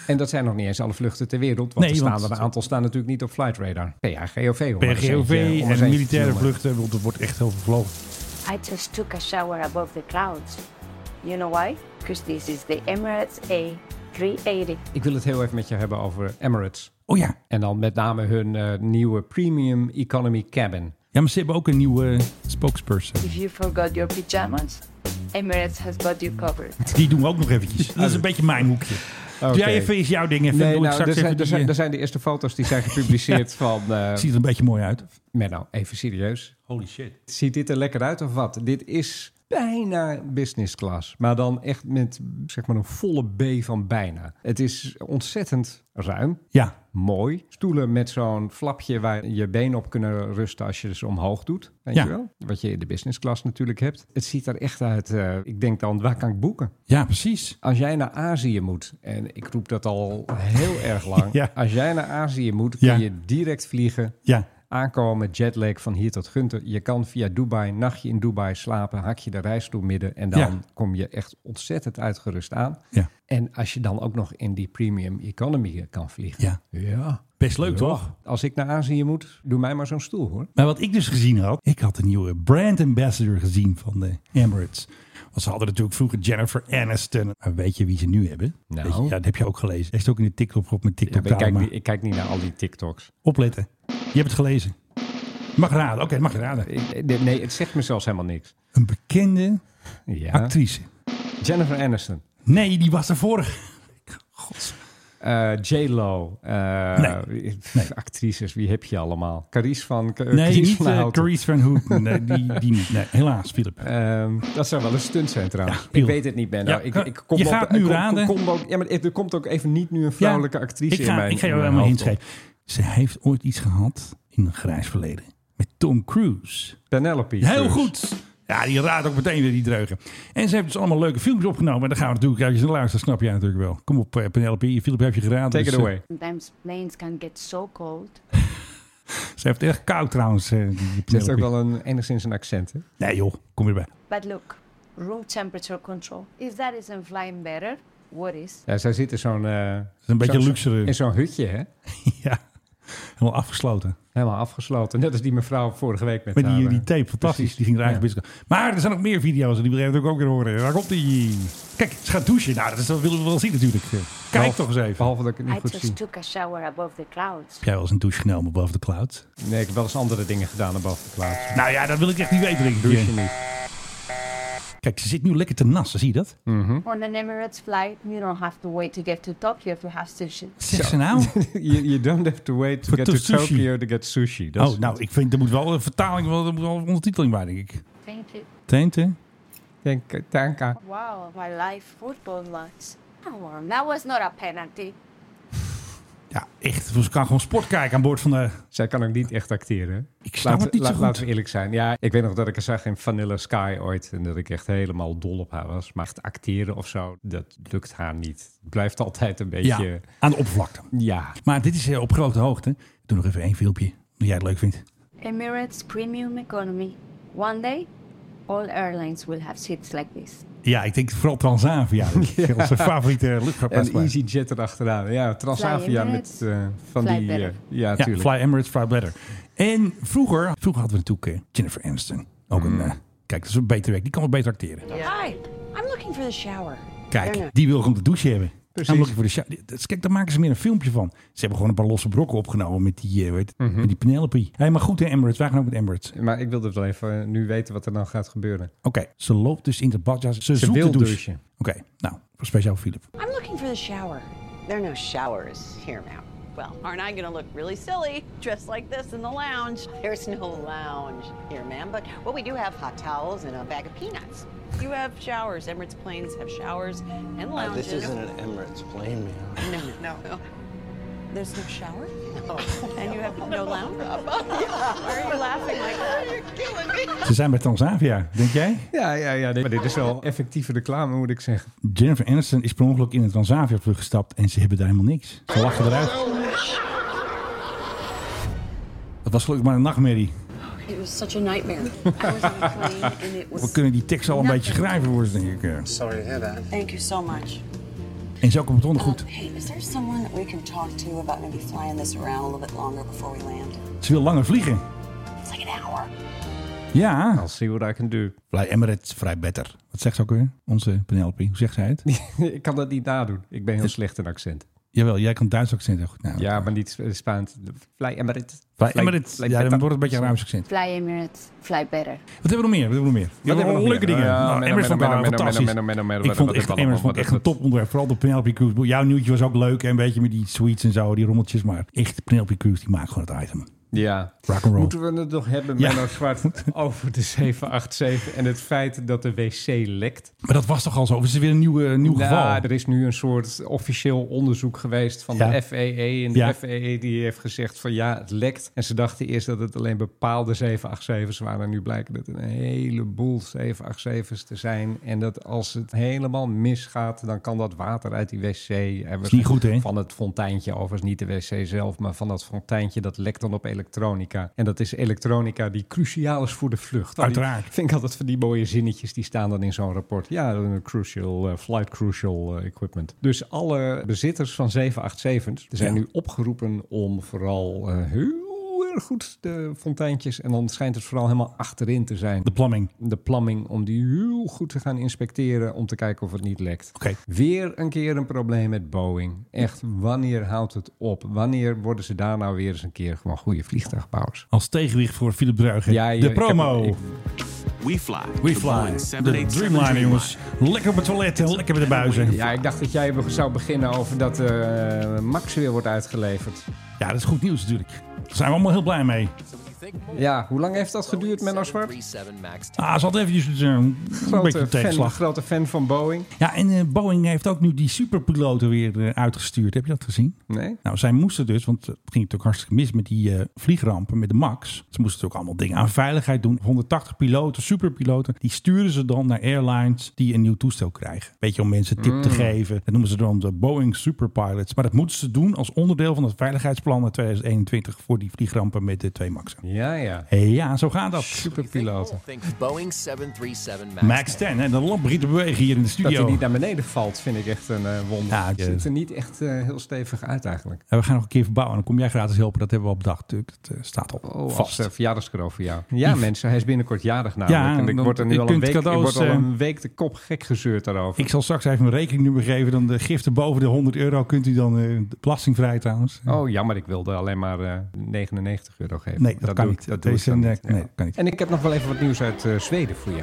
Speaker 1: 34.326.
Speaker 2: En dat zijn nog niet eens alle vluchten ter wereld. Want
Speaker 1: Nee,
Speaker 2: er staan
Speaker 1: want-
Speaker 2: er een aantal staan natuurlijk niet op Flight Radar. PHGOV. om maar
Speaker 1: Per
Speaker 2: eens eentje-
Speaker 1: GOV
Speaker 2: om eens eentje
Speaker 1: en
Speaker 2: te
Speaker 1: militaire
Speaker 2: noemen.
Speaker 1: vluchten, want er wordt echt heel veel gevlogen.
Speaker 3: I just took a shower above the clouds. You know why? Because this is the Emirates A380.
Speaker 2: Ik wil het heel even met je hebben over Emirates.
Speaker 1: Oh ja.
Speaker 2: En dan met name hun eh, nieuwe Premium Economy Cabin.
Speaker 1: Ja, maar ze hebben ook een nieuwe eh, spokesperson.
Speaker 3: If you forgot your pajamas, Emirates has got you covered.
Speaker 1: Die doen we ook nog eventjes. Dat is een beetje mijn hoekje. Doe jij even eens jouw ding. Even
Speaker 2: Nee,
Speaker 1: doe ik
Speaker 2: nou,
Speaker 1: straks
Speaker 2: er zijn,
Speaker 1: even
Speaker 2: er,
Speaker 1: die,
Speaker 2: zijn,
Speaker 1: eh,
Speaker 2: er zijn de eerste foto's die zijn gepubliceerd van... eh
Speaker 1: Ziet er een beetje mooi uit.
Speaker 2: nou, even serieus.
Speaker 1: Holy shit.
Speaker 2: Ziet dit er lekker uit of wat? Dit is bijna business class. Maar dan echt met zeg maar een volle B van bijna. Het is ontzettend ruim.
Speaker 1: Ja,
Speaker 2: Mooi. Stoelen met zo'n flapje waar je benen op kunnen rusten als je ze omhoog doet. Weet
Speaker 1: Ja.
Speaker 2: je wel? Wat je in de business class natuurlijk hebt. Het ziet er echt uit. eh, ik denk dan, waar kan ik boeken?
Speaker 1: ja precies.
Speaker 2: Als jij naar Azië moet, en ik roep dat al heel erg lang.
Speaker 1: Ja.
Speaker 2: Als jij naar Azië moet, kun
Speaker 1: Ja.
Speaker 2: je direct vliegen.
Speaker 1: Ja,
Speaker 2: Aankomen, jetlag van hier tot Gunther. Je kan via Dubai, nachtje in Dubai slapen, hak je de reisstoel midden. En dan
Speaker 1: Ja.
Speaker 2: kom je echt ontzettend uitgerust aan.
Speaker 1: Ja.
Speaker 2: En als je dan ook nog in die premium economy kan vliegen.
Speaker 1: ja.
Speaker 2: Ja.
Speaker 1: Best leuk toch?
Speaker 2: Als ik naar Azië moet, doe mij maar zo'n stoel hoor.
Speaker 1: Maar wat ik dus gezien had, ik had een nieuwe brand ambassador gezien van de Emirates. Want ze hadden natuurlijk vroeger Jennifer Aniston. Maar weet je wie ze nu hebben?
Speaker 2: Nou.
Speaker 1: Weet je, ja, dat heb je ook gelezen. Heeft ook in de TikTok op mijn
Speaker 2: Ja,
Speaker 1: TikTok.
Speaker 2: maar ik, kijk
Speaker 1: maar
Speaker 2: niet, ik kijk niet naar al die TikToks.
Speaker 1: Opletten. Je hebt het gelezen. Je Mag raden. Oké, mag je raden.
Speaker 2: Ik- nee, het zegt me zelfs helemaal niks.
Speaker 1: Een bekende
Speaker 2: Ja.
Speaker 1: actrice.
Speaker 2: Jennifer Aniston.
Speaker 1: Nee, die was er vorig. God.
Speaker 2: Eh, J-Lo. eh,
Speaker 1: Nee.
Speaker 2: pff,
Speaker 1: Nee.
Speaker 2: Actrices, wie heb je allemaal? Carice van... Ca-
Speaker 1: Nee,
Speaker 2: Carice
Speaker 1: niet
Speaker 2: van
Speaker 1: eh,
Speaker 2: Houten.
Speaker 1: Carice van Houten. Nee, die, die niet. Nee, helaas, Philip.
Speaker 2: Ehm, dat zou wel een stunt zijn trouwens.
Speaker 1: Piel.
Speaker 2: ik weet het niet, Benno.
Speaker 1: Ja,
Speaker 2: ik,
Speaker 1: eh,
Speaker 2: ik kom
Speaker 1: je
Speaker 2: op-
Speaker 1: gaat nu
Speaker 2: ik kom-
Speaker 1: raden.
Speaker 2: kom op- ja, maar er er komt ook even niet nu een vrouwelijke
Speaker 1: Ja,
Speaker 2: actrice
Speaker 1: ik ga,
Speaker 2: in mijn
Speaker 1: Ik ga jou
Speaker 2: in mijn
Speaker 1: helemaal
Speaker 2: hoofd op.
Speaker 1: inschrijven. Ze heeft ooit iets gehad in een grijs verleden. Met Tom Cruise.
Speaker 2: Penelope. dus
Speaker 1: Heel
Speaker 2: Cruz.
Speaker 1: goed. Ja, die raadt ook meteen weer die dreugen. En ze heeft dus allemaal leuke filmpjes opgenomen. En daar gaan we natuurlijk uit je luisteren. Snap jij natuurlijk wel. Kom op, eh, Penelope. Philip heeft je geraden.
Speaker 2: Take
Speaker 1: dus,
Speaker 2: it
Speaker 1: eh,
Speaker 2: away.
Speaker 3: Sometimes planes can get so cold.
Speaker 1: Ze heeft het echt koud trouwens. eh, die- die
Speaker 2: Ze heeft
Speaker 1: Penelope.
Speaker 2: ook wel een, enigszins een accent. Hè?
Speaker 1: Nee joh, kom erbij.
Speaker 3: But look, room temperature control. If that isn't flying better, what is?
Speaker 2: Ja, zij zit in zo'n... eh,
Speaker 1: is een beetje
Speaker 2: zo'n-
Speaker 1: luxere.
Speaker 2: In zo'n hutje, hè?
Speaker 1: Ja, helemaal afgesloten.
Speaker 2: Helemaal afgesloten. Net als die mevrouw vorige week met
Speaker 1: Met die,
Speaker 2: haar,
Speaker 1: die
Speaker 2: eh,
Speaker 1: tape, fantastisch.
Speaker 2: precies.
Speaker 1: Die ging er
Speaker 2: Ja.
Speaker 1: eigenlijk best- Maar er zijn nog meer video's en die wil je natuurlijk ook weer horen. Daar komt die. Kijk, ze gaat douchen. Nou, dat, is- dat willen we wel zien natuurlijk. Kijk
Speaker 2: Behalve-
Speaker 1: toch eens even.
Speaker 2: Behalve dat ik het
Speaker 3: I
Speaker 2: niet goed zie.
Speaker 3: just took a shower above the clouds.
Speaker 1: Heb jij wel eens een douche genomen boven de clouds?
Speaker 2: Nee, ik heb wel eens andere dingen gedaan dan boven de plaats.
Speaker 1: Nou ja, dat wil ik echt niet weten, denk ik.
Speaker 2: Douche je niet.
Speaker 1: Kijk, ze zit nu lekker te nassen, zie je dat?
Speaker 2: Hm.
Speaker 3: On an Emirates flight, you don't have to wait to get to Tokyo. You have to have sushi.
Speaker 1: Zeg ze nou?
Speaker 2: You, you don't have to wait to
Speaker 1: Voor
Speaker 2: get
Speaker 1: to
Speaker 2: to
Speaker 1: sushi.
Speaker 2: Tokyo to get sushi. Dat
Speaker 1: Oh,
Speaker 2: is-
Speaker 1: nou, ik vind, er moet wel een vertaling, wel- er moet wel een ondertiteling bij, denk ik.
Speaker 3: Thank you.
Speaker 1: Teent, hè?
Speaker 2: Denk, eh, Tanka.
Speaker 3: Wow, my life, football nuts. Oh, that was not a penalty.
Speaker 1: Ja, echt. Ze kan gewoon sport kijken aan boord van de...
Speaker 2: Zij kan ook niet echt acteren.
Speaker 1: Ik snap het niet zo goed.
Speaker 2: Laten we eerlijk zijn. Ja, ik weet nog dat ik haar zag in Vanilla Sky ooit. En dat ik echt helemaal dol op haar was. Maar echt acteren of zo, dat lukt haar niet. Het blijft altijd een
Speaker 1: Ja,
Speaker 2: beetje...
Speaker 1: aan de oppervlakte.
Speaker 2: Ja.
Speaker 1: Maar dit is eh, op grote hoogte. Doe nog even één filmpje, dat jij het leuk vindt.
Speaker 3: Emirates Premium Economy. One day, all airlines will have seats like this.
Speaker 1: Ja, ik denk vooral Transavia. Dat is onze favoriete
Speaker 2: En
Speaker 1: luchtvaartmaatschappij.
Speaker 2: EasyJet erachteraan. Ja, Transavia
Speaker 3: Fly
Speaker 2: met
Speaker 3: Emirates.
Speaker 2: eh, van
Speaker 3: Fly
Speaker 2: die... eh,
Speaker 3: better.
Speaker 2: ja,
Speaker 1: Ja,
Speaker 2: tuurlijk.
Speaker 1: Fly Emirates, Fly Better. En vroeger, vroeger hadden we natuurlijk eh, Jennifer Aniston. Ook
Speaker 2: Mm.
Speaker 1: een, eh, kijk, dat is een beter werk. Die kan wel beter acteren.
Speaker 7: Hi, I'm looking for the shower.
Speaker 1: Kijk, die wil gewoon de douche hebben.
Speaker 2: Precies.
Speaker 1: I'm looking for the shower. Dat is- Kijk, daar maken ze meer een filmpje van. Ze hebben gewoon een paar losse brokken opgenomen met die, eh, weet,
Speaker 2: Mhm.
Speaker 1: met die Penelope. Hey, maar goed, hè, Emirates. Wij gaan ook met Emirates. Oké,
Speaker 2: Maar ik wilde wel even eh, nu weten wat er nou gaat gebeuren.
Speaker 1: ze loopt dus in de badjas. Ze,
Speaker 2: Ze
Speaker 1: zoekt
Speaker 2: wil
Speaker 1: de douche.
Speaker 2: douchen.
Speaker 1: Oké, nou, voor speciaal voor Philip.
Speaker 7: I'm looking for the shower.
Speaker 11: There are no showers here now. Well, aren't I going to look really silly dressed like this in the lounge? There's no lounge here, ma'am, but what we do have hot towels and a bag of peanuts. You have showers. Emirates planes have showers and lounges. this isn't an Emirates plane, ma'am. No, no, no. There's no shower? No. And you have no lounge? Why are you laughing like that? You're killing me.
Speaker 1: Ze zijn bij Transavia, denk jij?
Speaker 2: Ja, ja, ja. nee, maar dit is wel effectieve reclame, moet ik zeggen.
Speaker 1: Jennifer Aniston is per ongeluk in het Transavia-vlucht gestapt en ze hebben daar helemaal niks. Ze lachen eruit. Dat was gelukkig maar een nachtmerrie.
Speaker 11: It was such a nightmare. I was on a plane and it
Speaker 1: We
Speaker 11: was.
Speaker 1: kunnen die tekst al een beetje schrijven worden, denk ik. eh.
Speaker 11: Thank you so much.
Speaker 1: En zo komt het ondergoed.
Speaker 11: Um, hey, is there someone that we can talk to about maybe flying this around a little bit longer before we land?
Speaker 1: Ze wil langer vliegen.
Speaker 11: It's like an hour.
Speaker 1: Ja.
Speaker 2: I'll see what I can do.
Speaker 1: Fly Emirates, vrij better. Wat zegt ze ook weer? Onze Penelope. Hoe zegt zij het?
Speaker 2: ik kan dat niet nadoen. Ik ben heel slecht in accent.
Speaker 1: Jawel, jij kan Duits accent heel goed. Nou,
Speaker 2: Ja, maar niet Sp- Spaans. Fly Emirates.
Speaker 1: Fly Emirates.
Speaker 2: Fly
Speaker 1: ja, dan
Speaker 2: Qatar.
Speaker 1: wordt het een beetje een Ruims accent.
Speaker 3: Fly Emirates, fly better.
Speaker 1: Wat hebben we nog meer? Wat hebben we nog meer?
Speaker 2: Wat hebben we nog
Speaker 1: leuke
Speaker 2: meer?
Speaker 1: dingen.
Speaker 2: Ja,
Speaker 1: Nou,
Speaker 2: Menno,
Speaker 1: Emirates vond ik
Speaker 2: Menno,
Speaker 1: wel
Speaker 2: Menno,
Speaker 1: fantastisch.
Speaker 2: Menno, Menno, Menno,
Speaker 1: Ik
Speaker 2: wat-
Speaker 1: vond
Speaker 2: wat
Speaker 1: echt,
Speaker 2: hebben we
Speaker 1: Emirates vond
Speaker 2: allemaal?
Speaker 1: echt een
Speaker 2: Wat- wat-
Speaker 1: toponderwerp. Vooral de Penelope Cruz. Ik bedoel, Jouw nieuwtje was ook leuk. En een beetje met die sweets en zo, die rommeltjes. Maar echt, Penelope Cruz, die maakt gewoon het item.
Speaker 2: Ja.
Speaker 1: Rock'n'roll.
Speaker 2: Moeten we het nog hebben,
Speaker 1: Ja.
Speaker 2: Menno Zwart, over de 787 en het feit dat de wc lekt?
Speaker 1: Maar dat was toch al zo? Of is er weer een nieuw, eh, nieuw geval?
Speaker 2: Nou, er is nu een soort officieel onderzoek geweest van
Speaker 1: Ja.
Speaker 2: de FAA. En de
Speaker 1: Ja.
Speaker 2: FAA die heeft gezegd van ja, het lekt. En ze dachten eerst dat het alleen bepaalde 787's waren. En nu blijkt dat een heleboel 787's te zijn. En dat als het helemaal misgaat, dan kan dat water uit die wc... en we-
Speaker 1: niet goed, hè?
Speaker 2: Van het fonteintje, overigens niet de wc zelf, maar van dat fonteintje, dat lekt dan op elektronica. En dat is elektronica die cruciaal is voor de vlucht. Die-
Speaker 1: Uiteraard.
Speaker 2: Vind ik altijd van die mooie zinnetjes, die staan dan in zo'n rapport. Ja, een crucial, eh, flight crucial eh, equipment. Dus alle bezitters van 787's zijn
Speaker 1: Ja.
Speaker 2: nu opgeroepen om vooral eh, heel erg goed de Eh, fonteintjes. En dan schijnt het vooral helemaal achterin te zijn.
Speaker 1: De plumbing.
Speaker 2: De plamming, om die heel goed te gaan inspecteren. Om te kijken of het niet lekt.
Speaker 1: Oké.
Speaker 2: Weer een keer een probleem met Boeing. Echt, wanneer houdt het op? Wanneer worden ze daar nou weer eens een keer gewoon goede vliegtuigbouwers?
Speaker 1: Als tegenwicht voor Philip Bruigen.
Speaker 2: Ja, ja,
Speaker 1: de
Speaker 2: ik heb-
Speaker 1: promo.
Speaker 2: ik-
Speaker 9: We fly.
Speaker 1: We fly. De Dreamliner, jongens. Lekker op het toilet en lekker met de buizen.
Speaker 2: Ja, ik dacht dat jij be- zou beginnen over dat eh, Max weer wordt uitgeleverd.
Speaker 1: Ja, dat is goed nieuws natuurlijk. Daar zijn we allemaal heel blij mee.
Speaker 2: Ja, hoe lang heeft dat geduurd, Menno Zwart?
Speaker 6: 737 Max 10.
Speaker 1: Ah, ze had eventjes eh, een beetje
Speaker 2: Grote fan,
Speaker 1: tegenslag.
Speaker 2: grote fan van Boeing.
Speaker 1: Ja, en eh, Boeing heeft ook nu die superpiloten weer eh, uitgestuurd. Heb je dat gezien?
Speaker 2: Nee?
Speaker 1: Nou, zij moesten dus, want het ging natuurlijk hartstikke mis met die eh, vliegrampen, met de MAX. Ze moesten natuurlijk allemaal dingen aan veiligheid doen. 180 piloten, superpiloten, die sturen ze dan naar airlines die een nieuw toestel krijgen. Beetje om mensen tip
Speaker 2: Mm.
Speaker 1: te geven. Dat noemen ze dan de Boeing Superpilots. Maar dat moeten ze doen als onderdeel van het veiligheidsplan uit 2021 voor die vliegrampen met de twee MAX'en.
Speaker 2: Ja, ja.
Speaker 1: Ja, zo gaat dat.
Speaker 2: Superpiloten.
Speaker 6: Think Boeing 737 Max,
Speaker 1: Max 10, hè, de lamp begint te bewegen hier in de
Speaker 2: Dat hij
Speaker 1: studio.
Speaker 2: niet naar beneden valt, vind ik echt een eh, wonder.
Speaker 1: Ja,
Speaker 2: Het
Speaker 1: je-
Speaker 2: ziet er niet echt eh, heel stevig uit eigenlijk.
Speaker 1: En we gaan nog een keer verbouwen. Dan kom jij gratis helpen. Dat hebben we al bedacht. natuurlijk. Dat eh, staat al
Speaker 2: Oh,
Speaker 1: vast.
Speaker 2: vast. verjaardagscadeau voor jou. Ja, mensen, hij is binnenkort jarig namelijk.
Speaker 1: Ja,
Speaker 2: en ik
Speaker 1: dan-
Speaker 2: word er nu
Speaker 1: je
Speaker 2: al een
Speaker 1: kunt
Speaker 2: week, ik
Speaker 1: cadeaus,
Speaker 2: word al
Speaker 1: eh,
Speaker 2: een week de kop gek gezeurd daarover.
Speaker 1: Ik zal straks even mijn rekeningnummer geven. Dan de giften boven de 100 euro kunt u dan eh, belastingvrij trouwens.
Speaker 2: Oh, jammer, ik wilde alleen maar eh, 99 euro geven.
Speaker 1: Nee, dat, kan
Speaker 2: doe ik-
Speaker 1: niet. Dat
Speaker 2: Dat doe ik
Speaker 1: is een,
Speaker 2: dan
Speaker 1: eh,
Speaker 2: niet.
Speaker 1: nee,
Speaker 2: Ja.
Speaker 1: dat kan niet.
Speaker 2: En ik heb nog wel even wat nieuws uit eh, Zweden voor jou.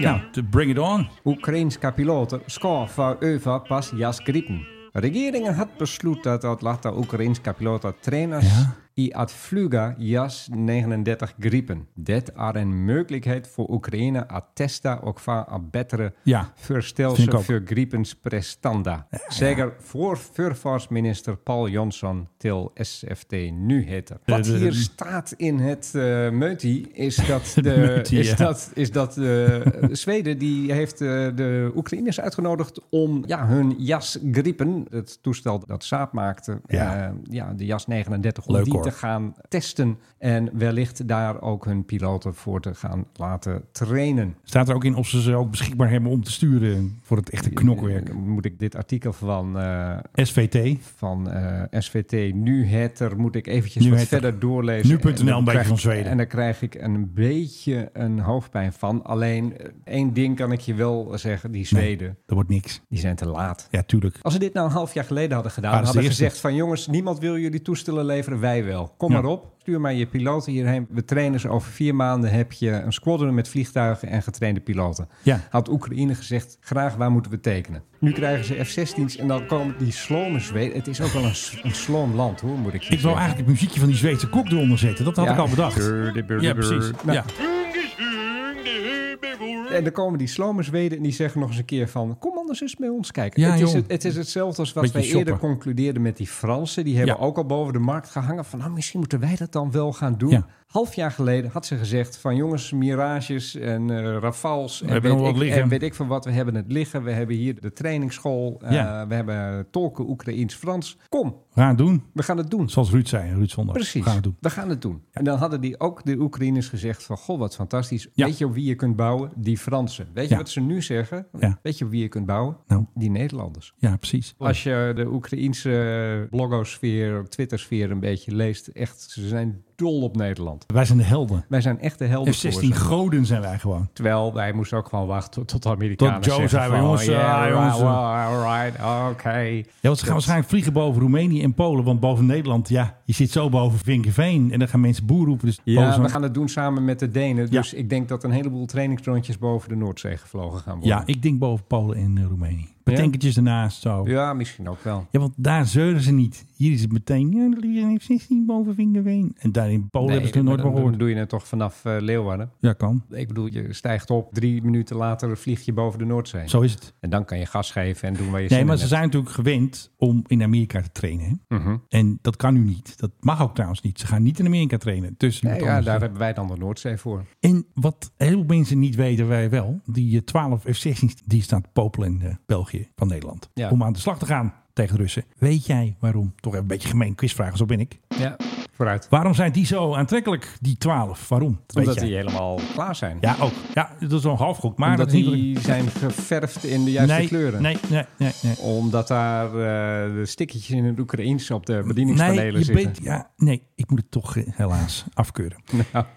Speaker 1: Nou, to bring it on.
Speaker 11: Oekraïnska piloter ska för över pas jas Gripen. Regeringen har beslutat att låta ukrainska piloter tränas i att flyga JAS 39 Gripen. Det är en möjlighet för Ukraina att testa och få en bättre
Speaker 1: Ja, vind ik
Speaker 11: förståelse
Speaker 1: ook.
Speaker 11: för Gripens prestanda. Säger vår försvarsminister Paul Jonsson till SFT Nyheter. Wat
Speaker 1: de- de-
Speaker 11: hier staat in het eh meutie is dat, de,
Speaker 1: Het meutie,
Speaker 11: is
Speaker 1: ja.
Speaker 11: dat dat is dat eh, Zweden die heeft eh, de Oekraïners uitgenodigd om ja, hun jas Gripen, het toestel dat Saab maakte,
Speaker 1: Ja.
Speaker 11: ja. ja, de jas 39, om
Speaker 1: Leuk,
Speaker 11: die
Speaker 1: hoor.
Speaker 11: te gaan testen. En wellicht daar ook hun piloten voor te gaan laten trainen.
Speaker 1: Staat er ook in of ze ze ook beschikbaar hebben om te sturen voor het echte knokwerk.
Speaker 11: Moet ik dit artikel van, eh,
Speaker 1: SVT.
Speaker 11: van eh, SVT Nuheter, moet ik eventjes
Speaker 1: Nu
Speaker 11: wat
Speaker 1: Heter.
Speaker 11: verder doorlezen.
Speaker 1: Nu.nl,
Speaker 11: En dan
Speaker 1: een beetje
Speaker 11: krijg-
Speaker 1: van Zweden.
Speaker 11: En daar krijg ik een beetje een hoofdpijn van. Alleen eh, één ding kan ik je wel zeggen, die Zweden,
Speaker 1: Dat wordt niks.
Speaker 11: die zijn te laat.
Speaker 1: Ja, tuurlijk.
Speaker 11: Als ze dit nou een half jaar geleden hadden gedaan,
Speaker 1: Waren ze
Speaker 11: hadden
Speaker 1: de eerste.
Speaker 11: gezegd van jongens, niemand wil jullie toestellen leveren, wij wel. Kom
Speaker 1: Ja.
Speaker 11: maar op, stuur maar je piloten hierheen. We trainen ze over vier maanden, heb je een squadron met vliegtuigen en getrainde piloten.
Speaker 1: Ja.
Speaker 11: Had Oekraïne gezegd, graag waar moeten we tekenen? Nu krijgen ze F-16's en dan komen die slome Zweden. Het is ook wel een, s- een sloom land hoor, moet ik je
Speaker 1: Ik wil
Speaker 11: zeggen.
Speaker 1: eigenlijk het muziekje van die Zweedse kok eronder zetten. Dat had
Speaker 11: Ja.
Speaker 1: ik al bedacht.
Speaker 11: Birdie, birdie,
Speaker 1: Ja, precies.
Speaker 11: bird. Nou,
Speaker 1: ja.
Speaker 11: En dan komen die slome Zweden en die zeggen nog eens een keer van... kom anders eens bij ons kijken.
Speaker 1: Ja,
Speaker 11: het, is
Speaker 1: joh.
Speaker 11: het, het is hetzelfde als wat
Speaker 1: Beetje
Speaker 11: wij eerder
Speaker 1: shoppen.
Speaker 11: concludeerden met die Fransen. Die hebben
Speaker 1: Ja.
Speaker 11: ook al boven de markt gehangen van... nou, misschien moeten wij dat dan wel gaan doen.
Speaker 1: Ja.
Speaker 11: Half jaar geleden had ze gezegd van... jongens, Mirages en eh Rafales en,
Speaker 1: hebben
Speaker 11: weet
Speaker 1: nog wat
Speaker 11: ik,
Speaker 1: liggen.
Speaker 11: en weet ik van wat. We hebben het liggen. We hebben hier de trainingsschool. eh,
Speaker 1: Ja.
Speaker 11: We hebben tolken Oekraïens-Frans. Kom,
Speaker 1: We gaan het doen.
Speaker 11: we gaan het doen.
Speaker 1: Zoals Ruud zei, Ruud Zondag.
Speaker 11: Precies,
Speaker 1: We gaan het doen.
Speaker 11: we gaan het doen. En dan hadden die ook de Oekraïners gezegd van... Goh, wat fantastisch.
Speaker 1: Ja.
Speaker 11: Weet je op wie je kunt bouwen? Die Fransen. Weet je
Speaker 1: Ja.
Speaker 11: wat ze nu zeggen?
Speaker 1: Ja.
Speaker 11: Weet je op wie je kunt bouwen?
Speaker 1: Nou. Oh.
Speaker 11: Die Nederlanders.
Speaker 1: Ja, precies.
Speaker 11: Als je de Oekraïense blogosfeer, Twittersfeer een beetje leest... echt, ze zijn dol op Nederland.
Speaker 1: Wij zijn de helden.
Speaker 11: Wij zijn echt de helden voor
Speaker 1: F-16
Speaker 11: ze.
Speaker 1: goden zijn wij gewoon.
Speaker 11: Terwijl wij moesten ook gewoon wachten tot, tot de Amerikanen
Speaker 1: Tot Joe
Speaker 11: zeggen
Speaker 1: zei,
Speaker 11: van,
Speaker 1: jongens,
Speaker 11: yeah,
Speaker 1: ah, jongens,
Speaker 11: right, well, all right, oké.
Speaker 1: Ja, want ze gaan waarschijnlijk vliegen boven Roemenië en Polen. Want boven Nederland, ja, je zit zo boven Vinkenveen. En dan gaan mensen boer roepen. Dus Polen
Speaker 11: Ja,
Speaker 1: zijn-
Speaker 11: we gaan het doen samen met de Denen.
Speaker 1: Ja.
Speaker 11: Dus ik denk dat een heleboel trainingsdrontjes boven de Noordzee gevlogen gaan worden.
Speaker 1: ja ik denk boven Polen en eh, Roemenië. Betenkentjes daarnaast zo. Ja.
Speaker 11: Ja, misschien ook wel.
Speaker 1: want daar zeuren ze niet. Hier is het meteen, ja, er liggen een F-16 boven Vinkenveen. En daar in Polen hebben ze
Speaker 11: maar
Speaker 1: het nooit
Speaker 11: dan
Speaker 1: meer gehoord.
Speaker 11: doe je het toch vanaf eh, Leeuwarden.
Speaker 1: Ja, kan.
Speaker 11: Ik bedoel, je stijgt op, drie minuten later vlieg je boven de Noordzee.
Speaker 1: Zo is het.
Speaker 11: En dan kan je gas geven en doen waar je zin
Speaker 1: Nee, maar
Speaker 11: in
Speaker 1: ze
Speaker 11: hebt.
Speaker 1: zijn natuurlijk gewend om in Amerika te trainen. hè? En dat kan nu niet. Dat mag ook trouwens niet. Ze gaan niet in Amerika trainen. Dus
Speaker 11: Nee, ja, daar hebben wij dan de Noordzee voor.
Speaker 1: En wat heel veel mensen niet weten, wij wel. Die eh, 12 F-16's, die staan te popelen in eh, België van Nederland.
Speaker 11: Ja.
Speaker 1: Om aan de slag te gaan tegen de Russen. Weet jij waarom? Toch even een beetje gemeen quizvragen, zo ben ik.
Speaker 11: Ja, vooruit.
Speaker 1: Waarom zijn die zo aantrekkelijk, die 12? Waarom? Dat
Speaker 11: Omdat
Speaker 1: weet
Speaker 11: die
Speaker 1: jij.
Speaker 11: helemaal klaar zijn.
Speaker 1: Ja, ook. Ja, dat is wel half goed. Maar
Speaker 11: Omdat
Speaker 1: dat is niet...
Speaker 11: die zijn geverfd in de juiste
Speaker 1: nee,
Speaker 11: kleuren.
Speaker 1: Nee, nee, nee. nee.
Speaker 11: Omdat daar eh, de stikketjes in het Oekraïens op de bedieningspanelen
Speaker 1: Nee, je
Speaker 11: zitten.
Speaker 1: weet- ja, nee, ik moet het toch eh, helaas afkeuren.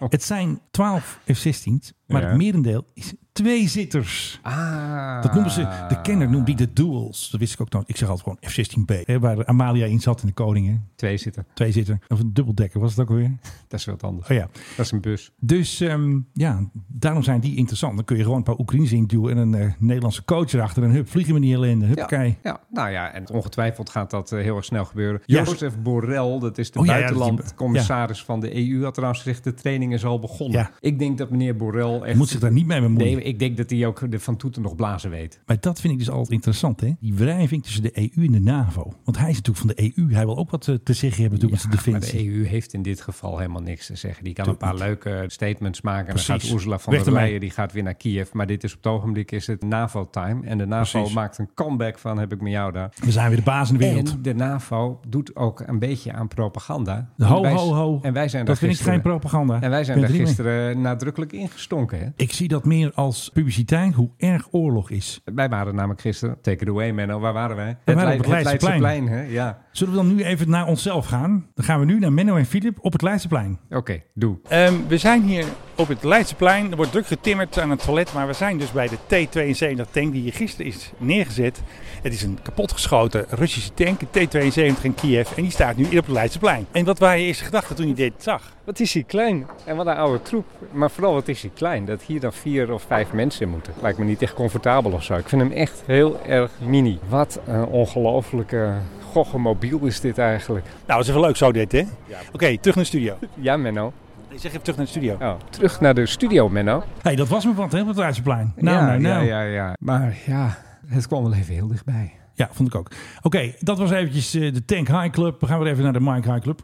Speaker 1: Het zijn 12 F-16's, maar
Speaker 11: Nou. Ja.
Speaker 1: het merendeel is twee zitters.
Speaker 11: Ah.
Speaker 1: Dat noemen ze, de kenner noemt die de duels. Dat wist ik ook nooit. Ik zeg altijd gewoon F-16B, hè, waar Amalia in zat in de Koningen.
Speaker 11: Twee zitten.
Speaker 1: Twee zitter. Of een dubbeldekker was het ook weer.
Speaker 11: Dat is wat anders.
Speaker 1: Oh ja.
Speaker 11: Dat is een bus.
Speaker 1: Dus ehm, ja, daarom zijn die interessant. Dan kun je gewoon een paar Oekraïners induwen en een eh, Nederlandse coach erachter. En hup, vliegen we niet ellende. Huppakee.
Speaker 11: Ja, nou ja, en ongetwijfeld gaat dat eh, heel erg snel gebeuren.
Speaker 1: Ja.
Speaker 11: Jozef Borrell, dat is de
Speaker 1: Oh ja, ja, dat is die-
Speaker 11: buitenlandcommissaris van de EU, had trouwens gezegd, de training is al begonnen.
Speaker 1: Ja.
Speaker 11: Ik denk dat meneer Borrell echt...
Speaker 1: Moet zich daar niet mee bemoeien.
Speaker 11: Nee, ik denk dat hij ook de van toeten nog blazen weet.
Speaker 1: Maar dat vind ik dus altijd interessant, hè? Die wrijving tussen de EU en de NAVO. Want hij is natuurlijk van de EU. Hij wil ook wat eh, te zeggen hebben natuurlijk met zijn
Speaker 11: Maar de
Speaker 1: defensie.
Speaker 11: EU heeft in dit geval helemaal niks te zeggen. Die kan
Speaker 1: Doet
Speaker 11: een paar
Speaker 1: niet.
Speaker 11: leuke statements maken. En dan
Speaker 1: Precies.
Speaker 11: gaat Ursula van
Speaker 1: Weg
Speaker 11: der
Speaker 1: ermee.
Speaker 11: Leyen die gaat weer naar Kiev. Maar dit is op het ogenblik is het NAVO-time. En de NAVO
Speaker 1: Precies.
Speaker 11: maakt een comeback van heb ik met jou daar.
Speaker 1: We zijn weer de baas in de wereld.
Speaker 11: E En de NAVO doet ook een beetje aan propaganda. En
Speaker 1: ho,
Speaker 11: wij-
Speaker 1: ho, ho.
Speaker 11: En wij zijn
Speaker 1: dat
Speaker 11: daar
Speaker 1: vind ik
Speaker 11: gisteren-
Speaker 1: geen propaganda.
Speaker 11: En wij zijn
Speaker 1: Ik
Speaker 11: daar
Speaker 1: ben het niet mee.
Speaker 11: gisteren nadrukkelijk ingestonken. Hè?
Speaker 1: Ik zie dat meer als publiciteit, hoe erg oorlog is.
Speaker 11: Wij waren namelijk gisteren, take it away Menno, waar waren wij?
Speaker 1: waren op het
Speaker 11: Leid-
Speaker 1: Leidseplein.
Speaker 11: hè? Ja.
Speaker 1: Zullen we dan nu even naar onszelf gaan? Dan gaan we nu naar Menno en Filip op het Leidseplein.
Speaker 2: Oké, doe.
Speaker 1: Ehm, we zijn hier op het Leidseplein. Er wordt druk getimmerd aan het toilet. Maar we zijn dus bij de T-72-tank die hier gisteren is neergezet. Het is een kapotgeschoten Russische tank, een T-72 in Kiev. En die staat nu hier op het Leidseplein. En wat waren je eerste gedachten toen je dit zag?
Speaker 2: Wat is hij klein en wat een oude troep. Maar vooral wat is hij klein. Dat hier dan vier of vijf mensen in moeten. Lijkt me niet echt comfortabel of zo. Ik vind hem echt heel erg mini. Wat een ongelofelijke gochemobiel is dit eigenlijk.
Speaker 1: Nou, dat is even leuk zo dit, hè? Oké, terug naar de studio.
Speaker 2: Ja, Menno.
Speaker 1: Ik zeg even terug naar de studio.
Speaker 2: Oh, terug naar de studio, Menno.
Speaker 1: hey, dat was me wat, hè, op het Leidseplein. Nou,
Speaker 2: ja,
Speaker 1: nou, nou.
Speaker 2: ja, ja, ja. Maar ja, het kwam wel even heel dichtbij.
Speaker 1: Ja, vond ik ook. Oké, dat was eventjes eh, de Tank High Club. We gaan weer even naar de Mike High Club.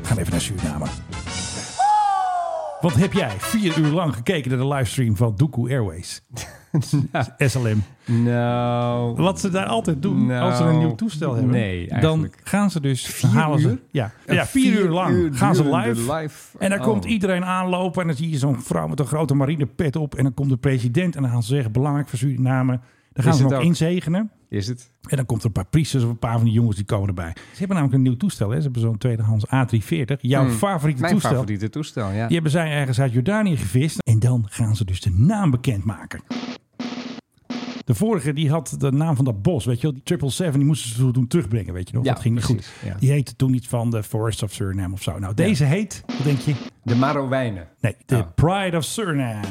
Speaker 1: We gaan even naar Suriname. Want heb jij vier uur lang gekeken naar de livestream van Doku Airways? SLM.
Speaker 11: Oh,
Speaker 2: Nou,
Speaker 1: Wat ze daar altijd doen
Speaker 2: Nou,
Speaker 1: als ze een nieuw toestel hebben.
Speaker 2: nee,
Speaker 1: dan
Speaker 2: eigenlijk.
Speaker 1: gaan ze dus
Speaker 2: Vier
Speaker 1: halen ze,
Speaker 2: uur?
Speaker 1: Ja,
Speaker 2: Een
Speaker 1: ja, vier,
Speaker 2: vier
Speaker 1: uur lang
Speaker 2: uur
Speaker 1: gaan ze
Speaker 2: durende
Speaker 1: live.
Speaker 2: live.
Speaker 1: En dan
Speaker 2: Oh.
Speaker 1: komt iedereen aanlopen en dan zie je zo'n vrouw met een grote marinepet op. En dan komt de president en dan gaan ze zeggen belangrijk voor Suriname. Dan gaan
Speaker 2: Is
Speaker 1: ze hem
Speaker 2: het
Speaker 1: ook
Speaker 2: ook?
Speaker 1: inzegenen.
Speaker 2: is het?
Speaker 1: En dan komt er een paar priesters of een paar van die jongens die komen erbij. Ze hebben namelijk een nieuw toestel. Hè? Ze hebben zo'n tweedehands A340. Jouw favoriete
Speaker 2: Hmm, Mijn
Speaker 1: toestel.
Speaker 2: favoriete toestel, ja.
Speaker 1: Die hebben zij ergens uit Jordanië gevist. En dan gaan ze dus de naam bekendmaken. De vorige die had de naam van dat bos, weet je wel. Die 777, die moesten ze toen terugbrengen, weet je nog.
Speaker 2: Ja,
Speaker 1: dat ging niet
Speaker 2: precies,
Speaker 1: goed.
Speaker 2: ja.
Speaker 1: Die heette toen iets van de Forest of Suriname of zo. Nou, deze heet, wat denk je?
Speaker 2: De Marowijnen.
Speaker 1: Nee, de
Speaker 2: Oh.
Speaker 1: Pride of Suriname.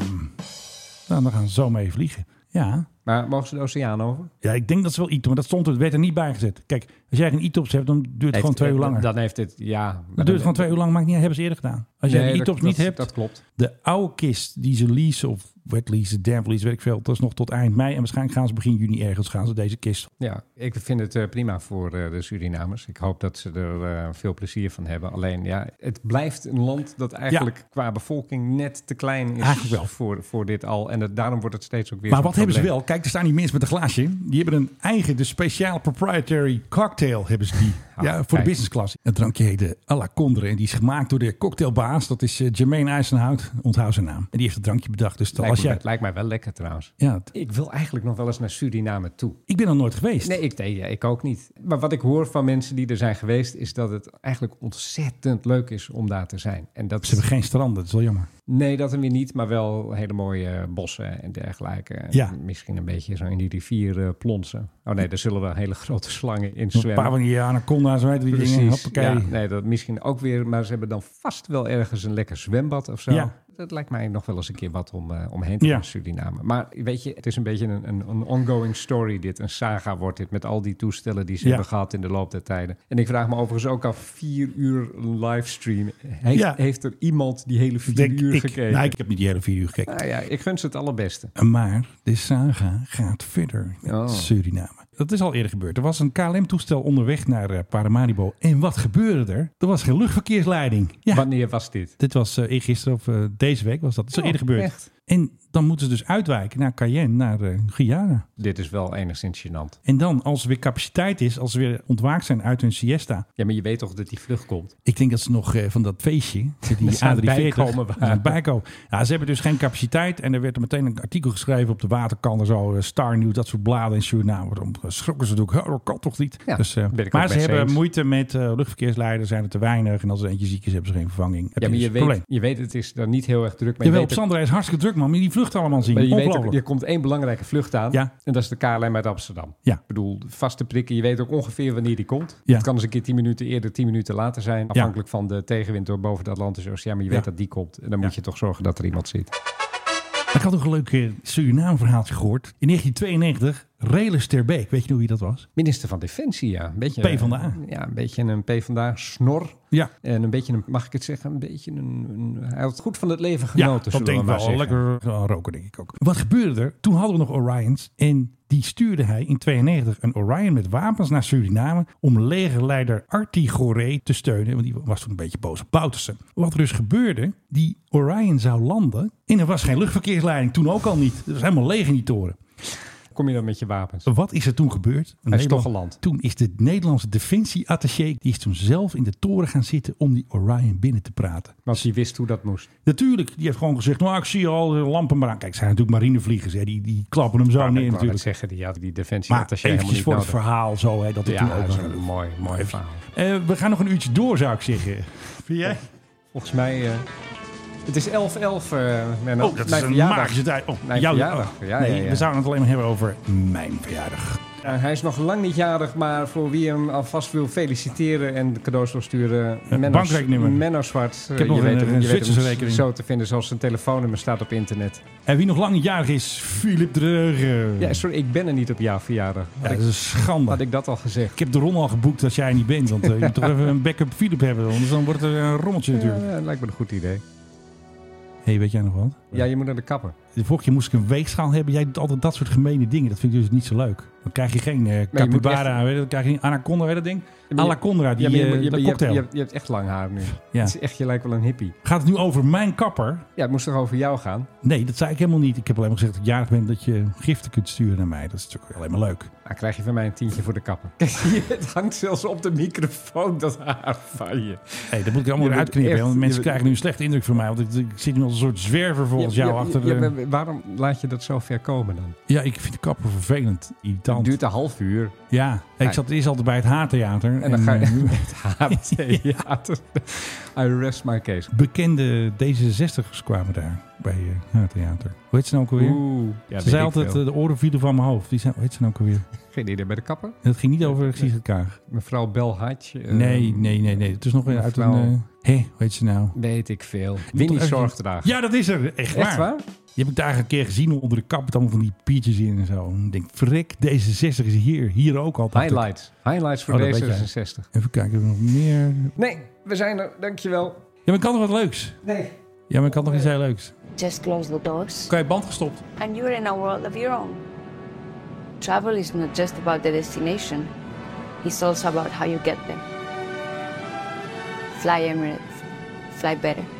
Speaker 1: Nou, dan gaan ze zo mee vliegen. Ja,
Speaker 2: Maar mogen ze de oceaan over?
Speaker 1: ja, ik denk dat ze wel ITOP, maar dat stond er, werd er niet bij gezet. Kijk, als jij geen ITOPs hebt, dan duurt het gewoon twee uur langer. Dat,
Speaker 2: Dan heeft het, ja. maar dan-
Speaker 1: duurt gewoon twee uur lang, maakt niet uit, hebben ze eerder gedaan. Als jij
Speaker 2: Nee,
Speaker 1: de
Speaker 2: dat-
Speaker 1: ITOPs
Speaker 2: dat-
Speaker 1: niet hebt,
Speaker 2: Dat klopt.
Speaker 1: de oude kist die ze leasen of wet leasen, damp lease, weet ik veel, dat is nog tot eind mei. En waarschijnlijk gaan ze begin juni ergens gaan ze deze kist.
Speaker 2: Ja, ik vind het eh, prima voor eh, de Surinamers. Ik hoop dat ze er eh, veel plezier van hebben. Alleen ja, het blijft een land dat eigenlijk qua bevolking net te klein is
Speaker 1: Eigenlijk wel.
Speaker 2: Voor, voor dit al. En dat, daarom wordt het steeds ook weer
Speaker 1: Maar
Speaker 2: zo'n
Speaker 1: wat hebben ze
Speaker 2: probleem.
Speaker 1: wel? Kijk, er staan die mensen met een glaasje. in. Die hebben een eigen, de speciaal proprietary cocktail hebben ze die. ja, voor
Speaker 2: Ah, kijk.
Speaker 1: de business class. Het drankje heet de à la Condre. En die is gemaakt door de cocktailbaas. Dat is eh, Jermaine Eisenhout. Onthoud zijn naam. En die heeft het drankje bedacht. Dus
Speaker 2: Lijkt,
Speaker 1: als
Speaker 2: me,
Speaker 1: jij...
Speaker 2: lijkt mij wel lekker trouwens.
Speaker 1: Ja, het-
Speaker 2: Ik wil eigenlijk nog wel eens naar Suriname toe.
Speaker 1: ik ben er nooit geweest.
Speaker 2: Nee, ik, nee, ja, ik ook niet. Maar wat ik hoor van mensen die er zijn geweest, is dat het eigenlijk ontzettend leuk is om daar te zijn. En dat
Speaker 1: Ze hebben geen stranden. Dat is wel jammer.
Speaker 2: Nee, dat hem weer niet, maar wel hele mooie bossen en dergelijke. En
Speaker 1: Ja.
Speaker 2: Misschien een beetje zo in die rivier eh, plonsen. Oh nee, daar zullen wel hele grote slangen in
Speaker 1: Een paar
Speaker 2: zwemmen.
Speaker 1: van die anaconda's, weet je, die dingen.
Speaker 2: Precies.
Speaker 1: Hoppakee.
Speaker 2: Ja, nee, dat misschien ook weer. Maar ze hebben dan vast wel ergens een lekker zwembad of zo.
Speaker 1: Ja.
Speaker 2: Dat lijkt mij nog wel eens een keer wat om, eh, omheen te
Speaker 1: Ja.
Speaker 2: gaan in Suriname. Maar weet je, het is een beetje een, een, een ongoing story dit. Een saga wordt dit met al die toestellen die ze
Speaker 1: Ja.
Speaker 2: hebben gehad in de loop der tijden. En ik vraag me overigens ook af, vier uur livestream. Heeft,
Speaker 1: Ja.
Speaker 2: heeft er iemand die hele vier
Speaker 1: Denk
Speaker 2: uur
Speaker 1: ik,
Speaker 2: gekeken?
Speaker 1: Nou, ik heb niet die hele vier uur gekeken.
Speaker 2: Nou ja, ik gun ze het allerbeste.
Speaker 1: Maar de saga gaat verder met
Speaker 2: Oh.
Speaker 1: Suriname. Dat is al eerder gebeurd. Er was een KLM-toestel onderweg naar eh, Paramaribo. En wat gebeurde er? Er was geen luchtverkeersleiding. Ja,
Speaker 2: Wanneer was dit?
Speaker 1: dit was eh, eergisteren of eh, deze week was dat. Dat is al
Speaker 2: Oh,
Speaker 1: eerder gebeurd.
Speaker 2: echt?
Speaker 1: En dan moeten ze dus uitwijken naar Cayenne, naar eh, Guyana.
Speaker 2: Dit is wel enigszins gênant.
Speaker 1: En dan, als er weer capaciteit is, als ze weer ontwaakt zijn uit hun siesta.
Speaker 2: Ja, maar je weet toch dat die vlucht komt?
Speaker 1: Ik denk dat ze nog eh, van dat feestje, die
Speaker 2: Dat ze aan het
Speaker 1: A340,
Speaker 2: bijkomen waren.
Speaker 1: aan het bijkomen. Ja, ze hebben dus geen capaciteit. En er werd er meteen een artikel geschreven op de waterkant en zo. eh, Star News, dat soort bladen en journaal. Daarom schrokken ze natuurlijk. Oh, dat kan toch niet?
Speaker 2: Ja,
Speaker 1: dus, eh,
Speaker 2: ben ik ook
Speaker 1: maar
Speaker 2: met
Speaker 1: ze
Speaker 2: ze
Speaker 1: hebben
Speaker 2: eens.
Speaker 1: moeite met eh, luchtverkeersleiders, zijn er te weinig. En als er eentje ziek is, hebben ze geen vervanging. Heb
Speaker 2: Ja, maar
Speaker 1: dus
Speaker 2: je
Speaker 1: een
Speaker 2: weet,
Speaker 1: probleem.
Speaker 2: je weet, het is dan niet heel erg druk. Maar je
Speaker 1: Jawel,
Speaker 2: weet
Speaker 1: op
Speaker 2: ook-
Speaker 1: Sandra is hartstikke druk, man. Maar die vlucht allemaal zien.
Speaker 2: Maar je weet, ook,
Speaker 1: Ongelooflijk.
Speaker 2: er komt één belangrijke vlucht aan.
Speaker 1: Ja.
Speaker 2: En dat is de KLM uit Amsterdam.
Speaker 1: Ja.
Speaker 2: Ik bedoel, vaste prikken. Je weet ook ongeveer wanneer die komt.
Speaker 1: Ja.
Speaker 2: Het kan eens een keer tien minuten eerder, tien minuten later zijn. Afhankelijk van de tegenwind door boven de Atlantische Oceaan. Maar je weet
Speaker 1: Ja.
Speaker 2: dat die komt. En dan moet
Speaker 1: Ja.
Speaker 2: je toch zorgen dat er iemand zit.
Speaker 1: Ik had ook een leuk eh, Suriname-verhaaltje gehoord. In 1992, Relus ter Beek. Weet je nog wie dat was?
Speaker 2: Minister van Defensie, ja. Een beetje, eh,
Speaker 1: PvdA.
Speaker 2: Ja, een beetje een PvdA snor.
Speaker 1: Ja.
Speaker 2: En een beetje, een, mag ik het zeggen, een beetje een, een- Hij had goed van het leven
Speaker 1: Ja, dat
Speaker 2: genoten, zullen
Speaker 1: denk
Speaker 2: we
Speaker 1: ik
Speaker 2: maar
Speaker 1: wel.
Speaker 2: zeggen.
Speaker 1: Lekker eh, roken, denk ik ook. Wat gebeurde er? Toen hadden we nog Orions. En die stuurde hij in 92 een Orion met wapens naar Suriname. om legerleider Artie Goree te steunen. Want die was toen een beetje boos op Boutersen. Wat er dus gebeurde, die Orion zou landen. en er was geen luchtverkeersleiding. Toen ook al niet. Het was helemaal leeg in die toren.
Speaker 2: kom je dan met je wapens?
Speaker 1: Wat is er toen gebeurd?
Speaker 2: Hij is
Speaker 1: Nederland-
Speaker 2: toch geland.
Speaker 1: Toen is de Nederlandse defensieattaché, die is toen zelf in de toren gaan zitten om die Orion binnen te praten.
Speaker 2: Want die wist hoe dat moest.
Speaker 1: Natuurlijk, die heeft gewoon gezegd, nou ik zie al de lampen maar aan. Kijk, het zijn natuurlijk marinevliegers, hè. Die, die klappen hem zo
Speaker 2: Maar
Speaker 1: neer
Speaker 2: ik wou net
Speaker 1: natuurlijk.
Speaker 2: zeggen, die had die defensie
Speaker 1: Maar
Speaker 2: attaché helemaal
Speaker 1: eventjes voor
Speaker 2: niet
Speaker 1: het
Speaker 2: nodig.
Speaker 1: verhaal zo, hè, dat het toen
Speaker 2: Ja,
Speaker 1: ook
Speaker 2: dat is
Speaker 1: nog-
Speaker 2: een mooi, mooi
Speaker 1: Even-
Speaker 2: verhaal.
Speaker 1: Eh, we gaan nog een uurtje door, zou ik zeggen. Vind jij?
Speaker 2: Volgens mij... eh, het is 11-11, eh Menno.
Speaker 1: Oh, dat is
Speaker 2: Mijn
Speaker 1: een
Speaker 2: verjaardag.
Speaker 1: magische tijd. Oh,
Speaker 2: Mijn
Speaker 1: jouw
Speaker 2: verjaardag.
Speaker 1: oh,
Speaker 2: Ja,
Speaker 1: nee,
Speaker 2: ja, ja.
Speaker 1: we zouden het alleen maar hebben over mijn verjaardag.
Speaker 2: Eh, hij is nog lang niet jarig, maar voor wie hem alvast wil feliciteren en cadeaus wil sturen... Menno-
Speaker 1: bankrekeningnummer.
Speaker 2: Menno Zwart. eh,
Speaker 1: heb nog
Speaker 2: je
Speaker 1: een-
Speaker 2: weet hem,
Speaker 1: een
Speaker 2: je weet hem
Speaker 1: Zwitserse rekening.
Speaker 2: zo te vinden, zoals zijn telefoonnummer staat op internet.
Speaker 1: En wie nog lang jarig is, Philip Dreugen.
Speaker 2: Ja, sorry, ik ben er niet op jouw verjaardag.
Speaker 1: Ja,
Speaker 2: Had,
Speaker 1: dat is
Speaker 2: ik,
Speaker 1: een schande.
Speaker 2: had ik dat al gezegd?
Speaker 1: Ik heb de ron al geboekt als jij er niet bent. Want eh, je moet toch even een backup Philip hebben. Anders dan wordt er een rommeltje natuurlijk.
Speaker 2: Ja, lijkt me een goed idee.
Speaker 1: hey, weet jij nog wat?
Speaker 2: Ja, je moet naar de kapper.
Speaker 1: De vorige keer moest ik een weegschaal hebben. Jij doet altijd dat soort gemene dingen. Dat vind ik dus niet zo leuk. Dan krijg je geen eh
Speaker 2: moet
Speaker 1: capybara. weet je, dan krijg je geen anaconda. Weet je dat ding? Alacondra, die
Speaker 2: Ja, maar je,
Speaker 1: eh,
Speaker 2: moet- je-
Speaker 1: dat
Speaker 2: je hebt,
Speaker 1: cocktail.
Speaker 2: je, hebt, je hebt echt lang haar nu.
Speaker 1: Ja.
Speaker 2: Het is echt, je lijkt wel een hippie.
Speaker 1: Gaat het nu over mijn kapper?
Speaker 2: Ja, het moest toch over jou gaan?
Speaker 1: Nee, dat zei ik helemaal niet. Ik heb alleen maar gezegd dat ik jarig ben. Dat je giften kunt sturen naar mij. Dat is natuurlijk alleen maar leuk.
Speaker 2: Dan krijg je van mij een tientje voor de kapper. Kijk, hier, het hangt zelfs op de microfoon, dat haar van je.
Speaker 1: Hey, dat moet ik allemaal
Speaker 2: Je
Speaker 1: weer
Speaker 2: bent
Speaker 1: uitknippen.
Speaker 2: echt-
Speaker 1: want mensen
Speaker 2: je bent-
Speaker 1: krijgen nu een slechte indruk van mij. Want ik, ik zit nu als een soort zwerver volgens
Speaker 2: Ja,
Speaker 1: jou
Speaker 2: ja,
Speaker 1: achter.
Speaker 2: ja,
Speaker 1: de-
Speaker 2: maar waarom laat je dat zo ver komen dan?
Speaker 1: ja, ik vind de kapper vervelend.
Speaker 2: Het
Speaker 1: Irritant.
Speaker 2: duurt een half uur.
Speaker 1: Ja, ik zat eerst altijd bij het Haartheater.
Speaker 2: En dan ga
Speaker 1: eh,
Speaker 2: je met haar theater. I rest my case.
Speaker 1: bekende D66'ers kwamen daar bij eh, Haartheater. Hoe heet ze nou ook alweer?
Speaker 2: Oeh. Ja,
Speaker 1: ze
Speaker 2: weet
Speaker 1: zei
Speaker 2: ik
Speaker 1: altijd,
Speaker 2: veel.
Speaker 1: eh, de oren vielen van mijn hoofd. Die zei, hoe heet ze nou ook alweer?
Speaker 2: eh, Geen idee bij de kapper.
Speaker 1: En dat ging niet over Sigrid Kaag.
Speaker 2: Mevrouw Belhatje. eh,
Speaker 1: nee, nee, nee, nee. Het is nog weer uit een...
Speaker 2: mevrouw-
Speaker 1: eh, Hé, hoe heet ze nou?
Speaker 2: Weet ik veel.
Speaker 1: toch
Speaker 2: Winnie
Speaker 1: echt-
Speaker 2: Zorgdrager.
Speaker 1: Ja, dat is er. Echt waar.
Speaker 2: Echt waar?
Speaker 1: Die heb ik daar een keer gezien onder de kap. Met allemaal van die piertjes in en zo. En ik denk, frik, D66 is hier. Hier ook altijd.
Speaker 2: Highlights. Highlights voor
Speaker 1: Oh, dat
Speaker 2: D66.
Speaker 1: Even kijken, hebben we nog meer... Ja,
Speaker 2: Nee, we zijn er. Dankjewel.
Speaker 1: maar ik had nog wat leuks.
Speaker 2: Nee.
Speaker 1: Ja, maar ik had nog iets heel leuks.
Speaker 3: Just close the doors,
Speaker 1: Kan je band gestopt?
Speaker 3: and you're in a world of your own. Travel is not just about the destination, it's also about how you get there. Fly Emirates, fly better.